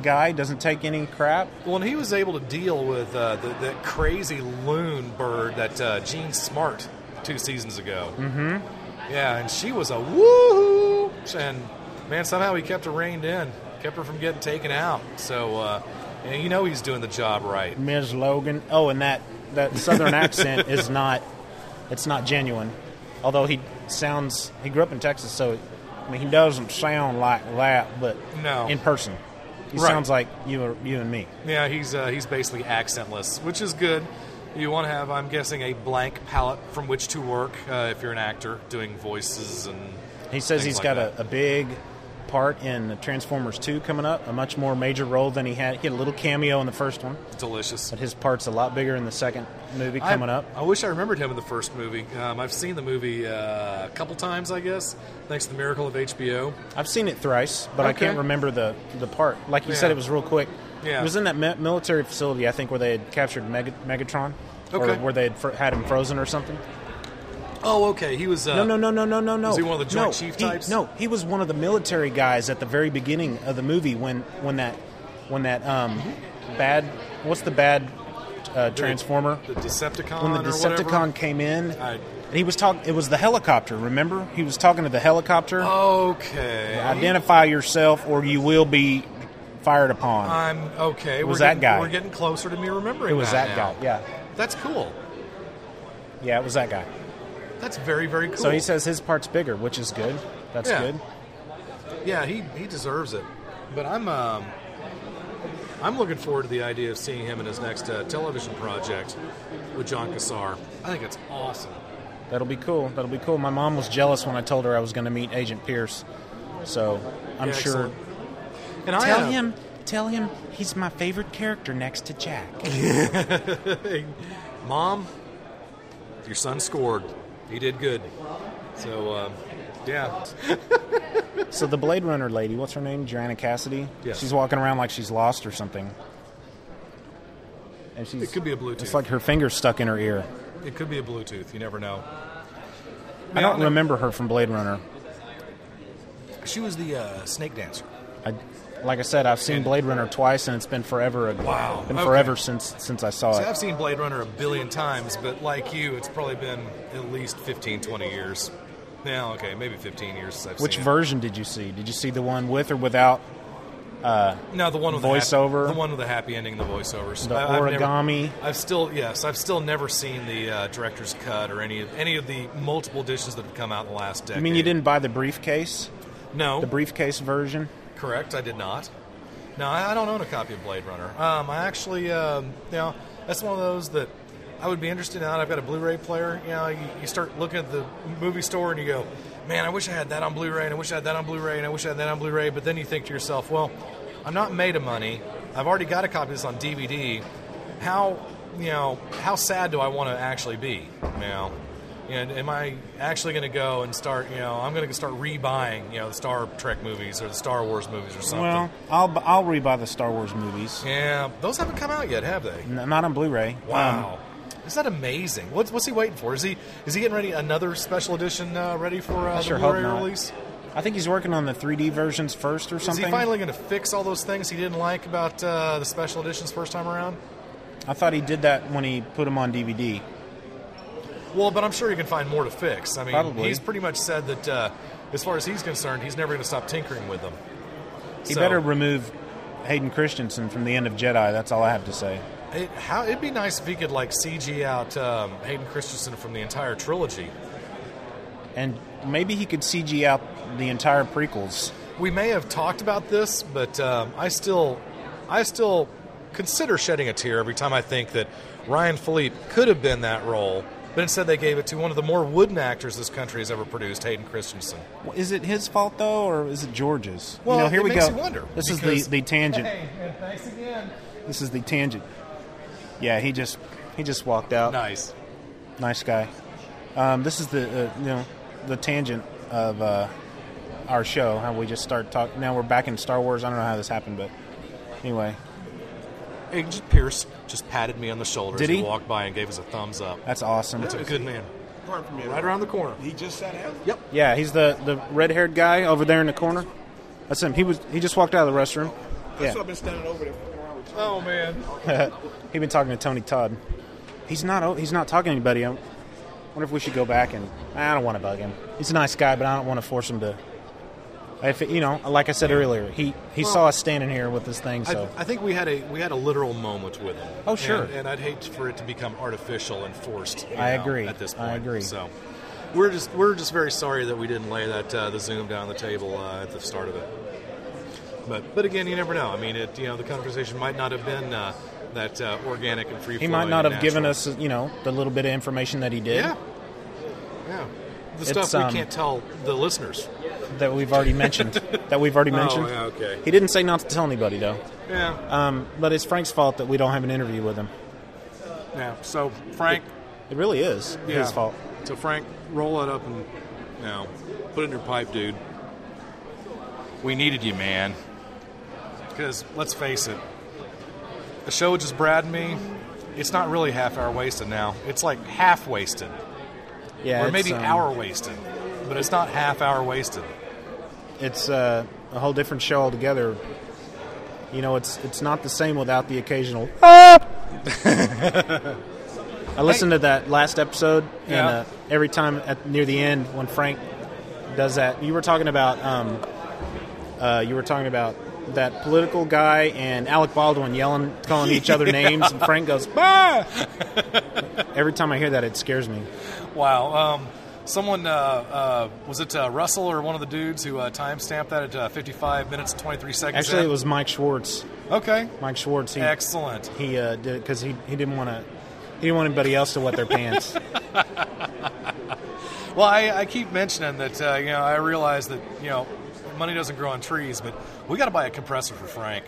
[SPEAKER 11] guy, doesn't take any crap.
[SPEAKER 8] Well, and he was able to deal with uh, the, that crazy loon bird that uh, Gene Smart two seasons ago.
[SPEAKER 11] Mm hmm.
[SPEAKER 8] Yeah, and she was a woohoo! And man, somehow he kept her reined in, kept her from getting taken out. So, uh, and you know he's doing the job right.
[SPEAKER 11] Ms. Logan. Oh, and that, that southern accent is not it's not genuine. Although he sounds he grew up in Texas, so I mean he doesn't sound like that, but
[SPEAKER 8] No.
[SPEAKER 11] in person. He
[SPEAKER 8] Right.
[SPEAKER 11] sounds like you or- you and me.
[SPEAKER 8] Yeah, he's uh, he's basically accentless, which is good. You want to have, I'm guessing, a blank palette from which to work uh, if you're an actor doing voices and.
[SPEAKER 11] He says
[SPEAKER 8] things
[SPEAKER 11] he's
[SPEAKER 8] like
[SPEAKER 11] got
[SPEAKER 8] that.
[SPEAKER 11] a, a big part in Transformers 2 coming up, a much more major role than he had. He had a little cameo in the first one.
[SPEAKER 8] Delicious.
[SPEAKER 11] But his part's a lot bigger in the second movie coming
[SPEAKER 8] I,
[SPEAKER 11] up.
[SPEAKER 8] I wish I remembered him in the first movie. Um, I've seen the movie uh, a couple times, I guess, thanks to the miracle of HBO.
[SPEAKER 11] I've seen it thrice, but I
[SPEAKER 8] Okay.
[SPEAKER 11] can't remember the, the part. Like you said,
[SPEAKER 8] Yeah.
[SPEAKER 11] it was real quick.
[SPEAKER 8] Yeah.
[SPEAKER 11] It was in that mi- military facility, I think, where they had captured Meg- Megatron, or
[SPEAKER 8] Okay.
[SPEAKER 11] where they had fr- had him frozen or something.
[SPEAKER 8] Oh, okay. He was. Uh,
[SPEAKER 11] no, no, no, no, no, no, no.
[SPEAKER 8] Was he one of the
[SPEAKER 11] no,
[SPEAKER 8] Joint Chief
[SPEAKER 11] he-
[SPEAKER 8] types?
[SPEAKER 11] No, he was one of the military guys at the very beginning of the movie when when that when that um bad what's the bad uh, transformer
[SPEAKER 8] The Decepticon.
[SPEAKER 11] when the
[SPEAKER 8] or whatever.
[SPEAKER 11] Decepticon came in.
[SPEAKER 8] I-
[SPEAKER 11] and he was talking. It was the helicopter. Remember, he was talking to the
[SPEAKER 8] Oh,
[SPEAKER 11] helicopter.
[SPEAKER 8] Okay.
[SPEAKER 11] Identify yourself, or you will be fired upon.
[SPEAKER 8] I'm okay.
[SPEAKER 11] It was
[SPEAKER 8] we're getting,
[SPEAKER 11] that guy.
[SPEAKER 8] We're getting closer to me remembering.
[SPEAKER 11] It was that
[SPEAKER 8] now.
[SPEAKER 11] guy, yeah.
[SPEAKER 8] That's cool.
[SPEAKER 11] yeah, it was that guy.
[SPEAKER 8] That's very very cool.
[SPEAKER 11] So he says his part's bigger, which is good. That's
[SPEAKER 8] Yeah.
[SPEAKER 11] good.
[SPEAKER 8] yeah, he he deserves it. But I'm um, I'm looking forward to the idea of seeing him in his next uh, television project with John Cassar. I think it's awesome.
[SPEAKER 11] That'll be cool. That'll be cool. My mom was jealous when I told her I was going to meet Agent Pierce, so I'm
[SPEAKER 8] Yeah,
[SPEAKER 11] sure.
[SPEAKER 8] excellent. And I,
[SPEAKER 11] tell
[SPEAKER 8] uh,
[SPEAKER 11] him, tell him he's my favorite character next to Jack.
[SPEAKER 8] Mom, your son scored. He did good. So uh, yeah,
[SPEAKER 11] so the Blade Runner lady, what's her name? Joanna Cassidy.
[SPEAKER 8] Yes.
[SPEAKER 11] She's walking around like she's lost or something. And she's
[SPEAKER 8] It could be a Bluetooth.
[SPEAKER 11] It's like her fingers stuck in her ear.
[SPEAKER 8] it could be a Bluetooth. You never know.
[SPEAKER 11] I
[SPEAKER 8] Man,
[SPEAKER 11] don't
[SPEAKER 8] think-
[SPEAKER 11] remember her from Blade Runner.
[SPEAKER 8] She was the uh, snake dancer.
[SPEAKER 11] I, like I said, I've seen Blade Runner twice, and it's been forever.
[SPEAKER 8] Wow.
[SPEAKER 11] been
[SPEAKER 8] Okay.
[SPEAKER 11] forever since since I saw
[SPEAKER 8] See,
[SPEAKER 11] it.
[SPEAKER 8] I've seen Blade Runner a billion times, but like you, it's probably been at least 15, 20 years. Now, okay, maybe 15 years since I've
[SPEAKER 11] Which
[SPEAKER 8] seen it.
[SPEAKER 11] version did you see? Did you see the one with or without? Uh,
[SPEAKER 8] No, the one with
[SPEAKER 11] voiceover.
[SPEAKER 8] The, happy, the one with the happy ending, the voiceovers.
[SPEAKER 11] The
[SPEAKER 8] I've never-
[SPEAKER 11] origami.
[SPEAKER 8] I've still yes, I've still never seen the uh, director's cut or any of any of the multiple editions that have come out in the last decade.
[SPEAKER 11] You mean you didn't buy the briefcase?
[SPEAKER 8] No.
[SPEAKER 11] The briefcase version.
[SPEAKER 8] Correct. I did not. No, I, I don't own a copy of Blade Runner. Um, I actually, um, you know, that's one of those that I would be interested in. I've got a Blu-ray player. You know, you, you start looking at the movie store and you go, "Man, I wish I had that on Blu-ray, and I wish I had that on Blu-ray, and I wish I had that on Blu-ray." But then you think to yourself, "Well, I'm not made of money. I've already got a copy of this on DVD. How, you know, how sad do I want to actually be? You know." And am I actually going to go and start? You know, I'm going to start rebuying, you know, the Star Trek movies or the Star Wars movies or something.
[SPEAKER 11] Well, I'll bu- I'll rebuy the Star Wars movies.
[SPEAKER 8] Yeah, those haven't come out yet, have they?
[SPEAKER 11] N- not on Blu-ray.
[SPEAKER 8] Wow,
[SPEAKER 11] Um,
[SPEAKER 8] is that amazing? What's, what's he waiting for? Is he is he getting ready another special edition uh, ready for uh,
[SPEAKER 11] I
[SPEAKER 8] the
[SPEAKER 11] sure hope
[SPEAKER 8] Blu-ray
[SPEAKER 11] not.
[SPEAKER 8] release?
[SPEAKER 11] I think he's working on the 3D versions first or something.
[SPEAKER 8] Is he finally going to fix all those things he didn't like about uh, the special editions first time around?
[SPEAKER 11] I thought he did that when he put them on DVD.
[SPEAKER 8] Well, but I'm sure he can find more to fix. I mean,
[SPEAKER 11] Probably.
[SPEAKER 8] he's pretty much said that uh, as far as he's concerned, he's never going to stop tinkering with them.
[SPEAKER 11] He
[SPEAKER 8] So-
[SPEAKER 11] better remove Hayden Christensen from the end of Jedi. That's all I have to say.
[SPEAKER 8] It, how, it'd be nice if he could like CG out um, Hayden Christensen from the entire trilogy.
[SPEAKER 11] And maybe he could CG out the entire prequels.
[SPEAKER 8] We may have talked about this, but um, I still, I still consider shedding a tear every time I think that Ryan Philippe could have been that role, but instead they gave it to one of the more wooden actors this country has ever produced, Hayden Christensen.
[SPEAKER 11] Well, Is it his fault though, or is it George's?
[SPEAKER 8] Well,
[SPEAKER 11] you know, here
[SPEAKER 8] it
[SPEAKER 11] we
[SPEAKER 8] makes
[SPEAKER 11] go.
[SPEAKER 8] you wonder,
[SPEAKER 11] This is
[SPEAKER 8] because-
[SPEAKER 11] the, the tangent.
[SPEAKER 8] and thanks again.
[SPEAKER 11] This is the tangent. Yeah, he just he just walked out.
[SPEAKER 8] Nice,
[SPEAKER 11] nice guy. Um, this is the uh, you know the tangent of uh, our show. How we just start talking. Now we're back in Star Wars. I don't know how this happened, but anyway,
[SPEAKER 8] Agent Pierce just patted me on the shoulder
[SPEAKER 11] Did
[SPEAKER 8] as he,
[SPEAKER 11] he?
[SPEAKER 8] walked by and gave us a thumbs up.
[SPEAKER 11] that's awesome.
[SPEAKER 8] That's a good man.
[SPEAKER 17] Right
[SPEAKER 8] around the corner.
[SPEAKER 17] He just sat out.
[SPEAKER 8] Yep.
[SPEAKER 11] Yeah, he's the the red haired guy over there in the corner. That's him. He was he just walked out of the restroom. Yeah.
[SPEAKER 17] That's why I've been standing over there for four hours. Oh man.
[SPEAKER 11] he been talking to Tony Todd. He's not. o- He's not talking to anybody. I wonder if we should go back and. I don't want to bug him. He's a nice guy, but I don't want to force him to. If it- you know, like I said earlier, he he saw us standing here with this thing. So
[SPEAKER 8] I, I think we had a we had a literal moment with him.
[SPEAKER 11] Oh, sure.
[SPEAKER 8] And, and I'd hate for it to become artificial and forced. you
[SPEAKER 11] I
[SPEAKER 8] know,
[SPEAKER 11] agree.
[SPEAKER 8] At this
[SPEAKER 11] I
[SPEAKER 8] point,
[SPEAKER 11] agree.
[SPEAKER 8] So we're just we're just very sorry that we didn't lay that uh, the Zoom down the table uh, at the start of it. But but again, you never know. I mean, it you know the conversation might not have been uh, that uh, organic and free.
[SPEAKER 11] he might not have given us, you know, the little bit of information that he did
[SPEAKER 8] Yeah. Yeah. The
[SPEAKER 11] It's,
[SPEAKER 8] stuff
[SPEAKER 11] um,
[SPEAKER 8] we can't tell the listeners.
[SPEAKER 11] that we've already mentioned. that we've already
[SPEAKER 8] Oh,
[SPEAKER 11] mentioned.
[SPEAKER 8] yeah, okay.
[SPEAKER 11] He didn't say not to tell anybody though.
[SPEAKER 8] Yeah.
[SPEAKER 11] Um, but it's Frank's fault that we don't have an interview with him.
[SPEAKER 8] Yeah. So Frank,
[SPEAKER 11] It really is his fault.
[SPEAKER 8] So Frank, roll it up and you know, put it in your pipe, dude. We needed you, man. Because let's face it, the show with just Brad and me. It's not really half hour wasted now. It's like half wasted.
[SPEAKER 11] Yeah,
[SPEAKER 8] or
[SPEAKER 11] it's,
[SPEAKER 8] maybe
[SPEAKER 11] um,
[SPEAKER 8] hour wasted, but it's not half hour wasted.
[SPEAKER 11] it's uh, a whole different show altogether. You know, it's it's not the same without the occasional. "Ah!" I listened to that last episode, and
[SPEAKER 8] Yeah.
[SPEAKER 11] uh, every time at near the end when Frank does that, you were talking about um, uh, you were talking about that political guy and Alec Baldwin yelling, calling each other
[SPEAKER 8] Yeah.
[SPEAKER 11] names, and Ah! Frank goes, "Bah!" every time I hear that, it scares me.
[SPEAKER 8] Wow. Um, Someone uh, uh, was it uh, Russell or one of the dudes who uh, timestamped that at uh, 55 minutes and 23 seconds?
[SPEAKER 11] Actually,
[SPEAKER 8] in?
[SPEAKER 11] it was Mike Schwartz.
[SPEAKER 8] Okay.
[SPEAKER 11] Mike Schwartz. He,
[SPEAKER 8] Excellent.
[SPEAKER 11] He uh, did it because he, he didn't want to. He didn't want anybody else to wet their pants.
[SPEAKER 8] Well, I, I keep mentioning that uh, you know I realize that you know money doesn't grow on trees, but we got to buy a compressor for Frank.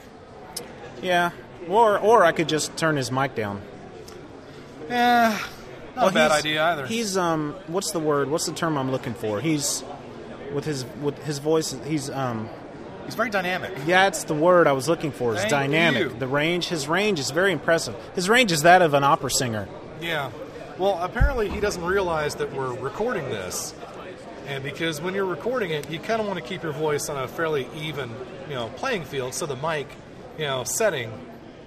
[SPEAKER 11] Yeah. Or or I could just turn his mic down.
[SPEAKER 8] Yeah, Eh, not
[SPEAKER 11] Well,
[SPEAKER 8] a bad
[SPEAKER 11] he's-
[SPEAKER 8] idea either.
[SPEAKER 11] He's um, what's the word? What's the term I'm looking for? He's with his with his voice. He's um,
[SPEAKER 8] he's very dynamic.
[SPEAKER 11] Yeah, it's the word I was looking for. Is
[SPEAKER 8] Thank
[SPEAKER 11] dynamic.
[SPEAKER 8] you.
[SPEAKER 11] The range. His range is very impressive. His range is that of an opera singer.
[SPEAKER 8] Yeah. Well, apparently he doesn't realize that we're recording this, and because when you're recording it, you kind of want to keep your voice on a fairly even, you know, playing field, so the mic, you know, setting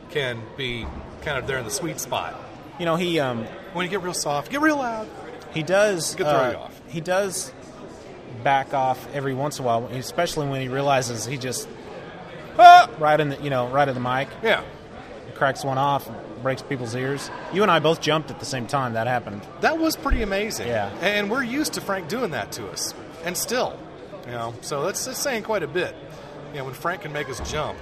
[SPEAKER 8] can be kind of there in the sweet spot.
[SPEAKER 11] You know, he um,
[SPEAKER 8] when you get real soft, get real loud.
[SPEAKER 11] He does.
[SPEAKER 8] Good throw
[SPEAKER 11] uh,
[SPEAKER 8] you off.
[SPEAKER 11] He does back off every once in a while, especially when he realizes he just "Ah!" right in the you know right at the mic.
[SPEAKER 8] Yeah.
[SPEAKER 11] Cracks one off, breaks people's ears. You and I both jumped at the same time. That happened.
[SPEAKER 8] That was pretty amazing.
[SPEAKER 11] Yeah.
[SPEAKER 8] And we're used to Frank doing that to us, and still, you know. So that's, that's saying quite a bit. You know, when Frank can make us jump.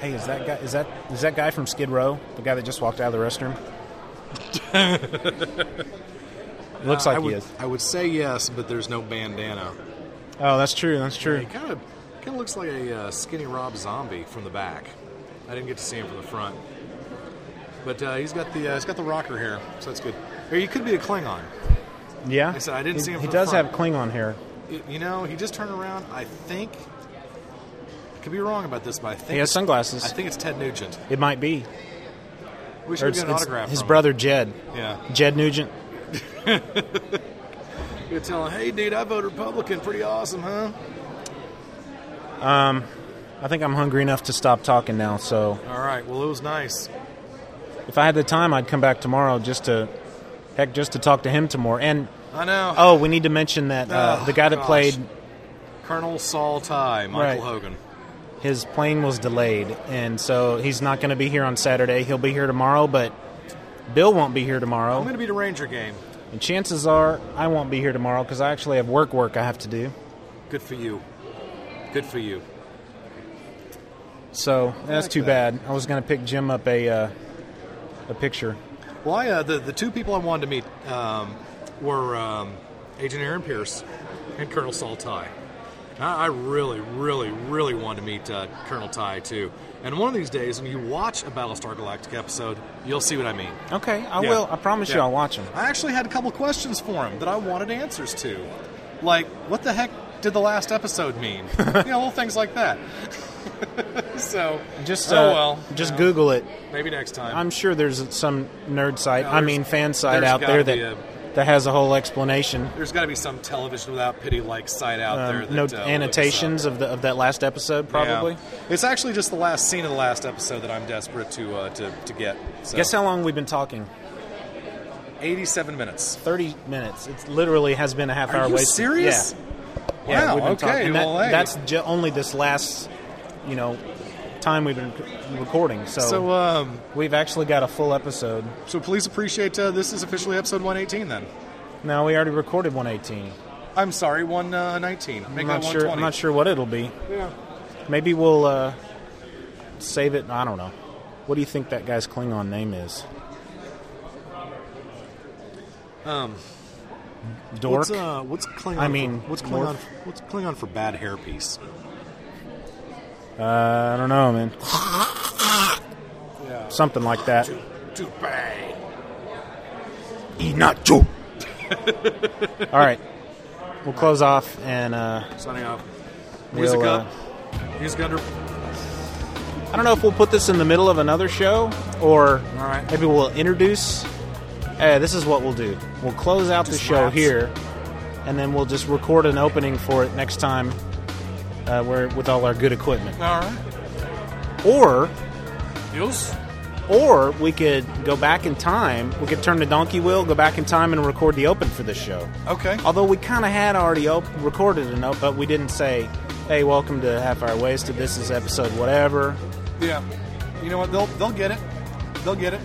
[SPEAKER 11] Hey, is that guy? Is that is that guy from Skid Row? The guy that just walked out of the restroom? Looks
[SPEAKER 8] Uh,
[SPEAKER 11] like
[SPEAKER 8] I
[SPEAKER 11] he
[SPEAKER 8] would,
[SPEAKER 11] is.
[SPEAKER 8] I would say yes, but there's no bandana.
[SPEAKER 11] Oh, that's true. That's true.
[SPEAKER 8] He kind of kind of looks like a uh, skinny Rob Zombie from the back. I didn't get to see him from the front, but uh, he's got the uh, he's got the rocker hair, so that's good. Or he could be a Klingon.
[SPEAKER 11] Yeah.
[SPEAKER 8] I said I didn't
[SPEAKER 11] he,
[SPEAKER 8] see him
[SPEAKER 11] He
[SPEAKER 8] from the
[SPEAKER 11] does
[SPEAKER 8] front.
[SPEAKER 11] have Klingon hair.
[SPEAKER 8] It- you know, he just turned around. I think. I could be wrong about this, but I think
[SPEAKER 11] He has
[SPEAKER 8] it's-
[SPEAKER 11] sunglasses.
[SPEAKER 8] I think it's Ted Nugent.
[SPEAKER 11] It might be.
[SPEAKER 8] We
[SPEAKER 11] Or
[SPEAKER 8] should
[SPEAKER 11] it's-
[SPEAKER 8] get an
[SPEAKER 11] it's
[SPEAKER 8] autograph.
[SPEAKER 11] His
[SPEAKER 8] from him.
[SPEAKER 11] brother Jed.
[SPEAKER 8] Yeah.
[SPEAKER 11] Jed Nugent.
[SPEAKER 8] You tell him, hey, dude, I vote Republican. Pretty awesome, huh?
[SPEAKER 11] Um, I think I'm hungry enough to stop talking now. So
[SPEAKER 8] All right. Well, it was nice.
[SPEAKER 11] if I had the time, I'd come back tomorrow just to, heck, just to talk to him tomorrow. And
[SPEAKER 8] I know.
[SPEAKER 11] Oh, we need to mention that uh,
[SPEAKER 8] Oh,
[SPEAKER 11] the guy that
[SPEAKER 8] gosh.
[SPEAKER 11] played
[SPEAKER 8] Colonel Saul Ty, Michael
[SPEAKER 11] Right.
[SPEAKER 8] Hogan.
[SPEAKER 11] his plane was delayed, and so he's not going to be here on Saturday. He'll be here tomorrow, but Bill won't be here
[SPEAKER 8] I'm
[SPEAKER 11] tomorrow.
[SPEAKER 8] going to be the Ranger game.
[SPEAKER 11] And chances are I won't be here tomorrow because I actually have work work I have to do.
[SPEAKER 8] Good for you. Good for you.
[SPEAKER 11] So that's
[SPEAKER 8] like
[SPEAKER 11] too
[SPEAKER 8] that.
[SPEAKER 11] bad. I was going to pick Jim up a uh, a picture.
[SPEAKER 8] Well, I, uh, the, the two people I wanted to meet um, were um, Agent Aaron Pierce and Colonel Saul Ty. I, I really, really, really wanted to meet uh, Colonel Ty, too. And one of these days, when you watch a Battlestar Galactic episode, you'll see what I mean.
[SPEAKER 11] Okay, I
[SPEAKER 8] Yeah.
[SPEAKER 11] will. I promise you,
[SPEAKER 8] Yeah.
[SPEAKER 11] I'll watch him.
[SPEAKER 8] I actually had a couple questions for him that I wanted answers to. Like, what the heck did the last episode mean? you know, little things like that. so,
[SPEAKER 11] Just
[SPEAKER 8] oh
[SPEAKER 11] uh,
[SPEAKER 8] well.
[SPEAKER 11] just
[SPEAKER 8] you know,
[SPEAKER 11] Google it.
[SPEAKER 8] Maybe next time.
[SPEAKER 11] I'm sure there's some nerd site,
[SPEAKER 8] No,
[SPEAKER 11] I
[SPEAKER 8] there's-
[SPEAKER 11] mean fan site
[SPEAKER 8] there's
[SPEAKER 11] out there
[SPEAKER 8] gotta be
[SPEAKER 11] that that has a whole explanation,
[SPEAKER 8] There's got to be some television without pity like site out
[SPEAKER 11] um,
[SPEAKER 8] there. That,
[SPEAKER 11] no
[SPEAKER 8] uh,
[SPEAKER 11] annotations of the of that last episode,
[SPEAKER 8] looks up.
[SPEAKER 11] probably.
[SPEAKER 8] Yeah. It's actually just the last scene of the last episode that I'm desperate to uh, to, to get. So.
[SPEAKER 11] Guess how long we've been talking?
[SPEAKER 8] 87 minutes.
[SPEAKER 11] 30 minutes. It literally has been a half
[SPEAKER 8] Are
[SPEAKER 11] hour
[SPEAKER 8] you
[SPEAKER 11] wasted.
[SPEAKER 8] serious?
[SPEAKER 11] Yeah. Yeah,
[SPEAKER 8] Wow,
[SPEAKER 11] we've been
[SPEAKER 8] okay,
[SPEAKER 11] talking. And that-
[SPEAKER 8] well, hey.
[SPEAKER 11] That's ju- only this last, you know, time we've been c- recording. So,
[SPEAKER 8] So, um,
[SPEAKER 11] we've actually got a full episode.
[SPEAKER 8] So please appreciate uh, this is officially episode 118 then.
[SPEAKER 11] No, we already recorded 118.
[SPEAKER 8] I'm sorry, 119.
[SPEAKER 11] I'm
[SPEAKER 8] Make that
[SPEAKER 11] not sure. I'm
[SPEAKER 8] 120.
[SPEAKER 11] not sure what it'll be.
[SPEAKER 8] Yeah.
[SPEAKER 11] Maybe we'll uh, save it. I don't know. What do you think that guy's Klingon name is?
[SPEAKER 8] Um,
[SPEAKER 11] Dork.
[SPEAKER 8] What's, uh, what's Klingon?
[SPEAKER 11] I mean,
[SPEAKER 8] for, what's
[SPEAKER 11] morph.
[SPEAKER 8] Klingon? What's Klingon for bad hairpiece?
[SPEAKER 11] Uh, I don't know, man.
[SPEAKER 8] Yeah.
[SPEAKER 11] Something like that.
[SPEAKER 8] Toupee.
[SPEAKER 11] Inacho. All right, we'll close off and uh,
[SPEAKER 8] Signing off.
[SPEAKER 11] We'll,
[SPEAKER 8] Music
[SPEAKER 11] uh,
[SPEAKER 8] up. Music under.
[SPEAKER 11] I don't know if we'll put this in the middle of another show or maybe we'll introduce. Uh, this is what we'll do. We'll close out the
[SPEAKER 8] Just
[SPEAKER 11] show
[SPEAKER 8] raps.
[SPEAKER 11] here, and then we'll just record an opening for it next time. Uh, where with all our good equipment,
[SPEAKER 8] All right.
[SPEAKER 11] or
[SPEAKER 8] Yes.
[SPEAKER 11] or we could go back in time. We could turn the donkey wheel, go back in time, and record the open for this show.
[SPEAKER 8] Okay.
[SPEAKER 11] Although we kind of had already op- recorded a note, but we didn't say, "Hey, welcome to Half Hour Wasted. This is episode whatever."
[SPEAKER 8] Yeah. You know what? They'll they'll get it. They'll get it.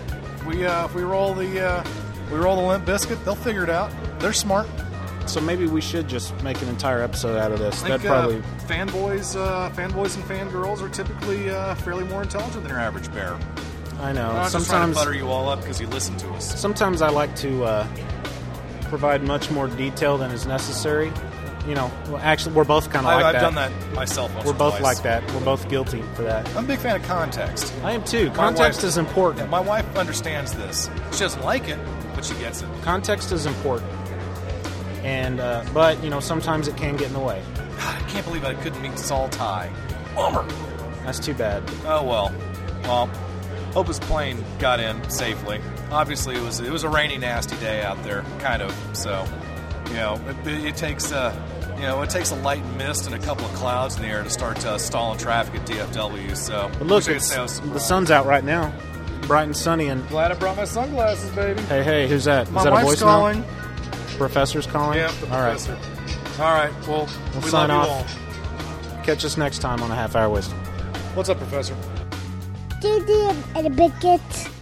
[SPEAKER 8] We uh, if we roll the uh, we roll the limp biscuit, they'll figure it out. They're smart.
[SPEAKER 11] So maybe we should just make an entire episode out of this.
[SPEAKER 8] I
[SPEAKER 11] That
[SPEAKER 8] think
[SPEAKER 11] probably
[SPEAKER 8] uh, fanboys, uh, fanboys and fangirls are typically uh, fairly more intelligent than your average bear.
[SPEAKER 11] I know.
[SPEAKER 8] I'm not just trying to
[SPEAKER 11] sometimes
[SPEAKER 8] butter you all up because you listen to us.
[SPEAKER 11] sometimes I like to uh, provide much more detail than is necessary. You know, well, actually, we're both kind of
[SPEAKER 8] I-
[SPEAKER 11] like
[SPEAKER 8] I've
[SPEAKER 11] that.
[SPEAKER 8] done that myself once
[SPEAKER 11] we're
[SPEAKER 8] or
[SPEAKER 11] both
[SPEAKER 8] twice.
[SPEAKER 11] like that. We're both guilty for that.
[SPEAKER 8] I'm a big fan of context.
[SPEAKER 11] I am too.
[SPEAKER 8] My
[SPEAKER 11] Context
[SPEAKER 8] wife-
[SPEAKER 11] is important.
[SPEAKER 8] Yeah, my wife understands this. She doesn't like it, but she gets it.
[SPEAKER 11] Context is important. And uh, but you know, sometimes it can get in the way.
[SPEAKER 8] I can't believe I couldn't meet Saul Ty. Bummer.
[SPEAKER 11] That's too bad.
[SPEAKER 8] Oh well. Well, hope his plane got in safely. Obviously, it was it was a rainy, nasty day out there, kind of. So, you know, it, it takes uh, you know it takes a light mist and a couple of clouds in the air to start uh, stalling traffic at DFW. So,
[SPEAKER 11] But look,
[SPEAKER 8] wish I could
[SPEAKER 11] it's,
[SPEAKER 8] say I was
[SPEAKER 11] the sun's out right now, bright and sunny. And
[SPEAKER 8] glad I brought my sunglasses, baby.
[SPEAKER 11] hey, hey, who's that?
[SPEAKER 8] My
[SPEAKER 11] is that
[SPEAKER 8] wife's
[SPEAKER 11] a voicemail?
[SPEAKER 8] calling.
[SPEAKER 11] Professor's calling.
[SPEAKER 8] Yeah, the
[SPEAKER 11] All right.
[SPEAKER 8] professor. All right. Well,
[SPEAKER 11] We'll
[SPEAKER 8] we
[SPEAKER 11] sign
[SPEAKER 8] love
[SPEAKER 11] off.
[SPEAKER 8] you
[SPEAKER 11] Catch us next time on a half hour wisdom.
[SPEAKER 8] all. What's up, professor?
[SPEAKER 12] Dig in and a bit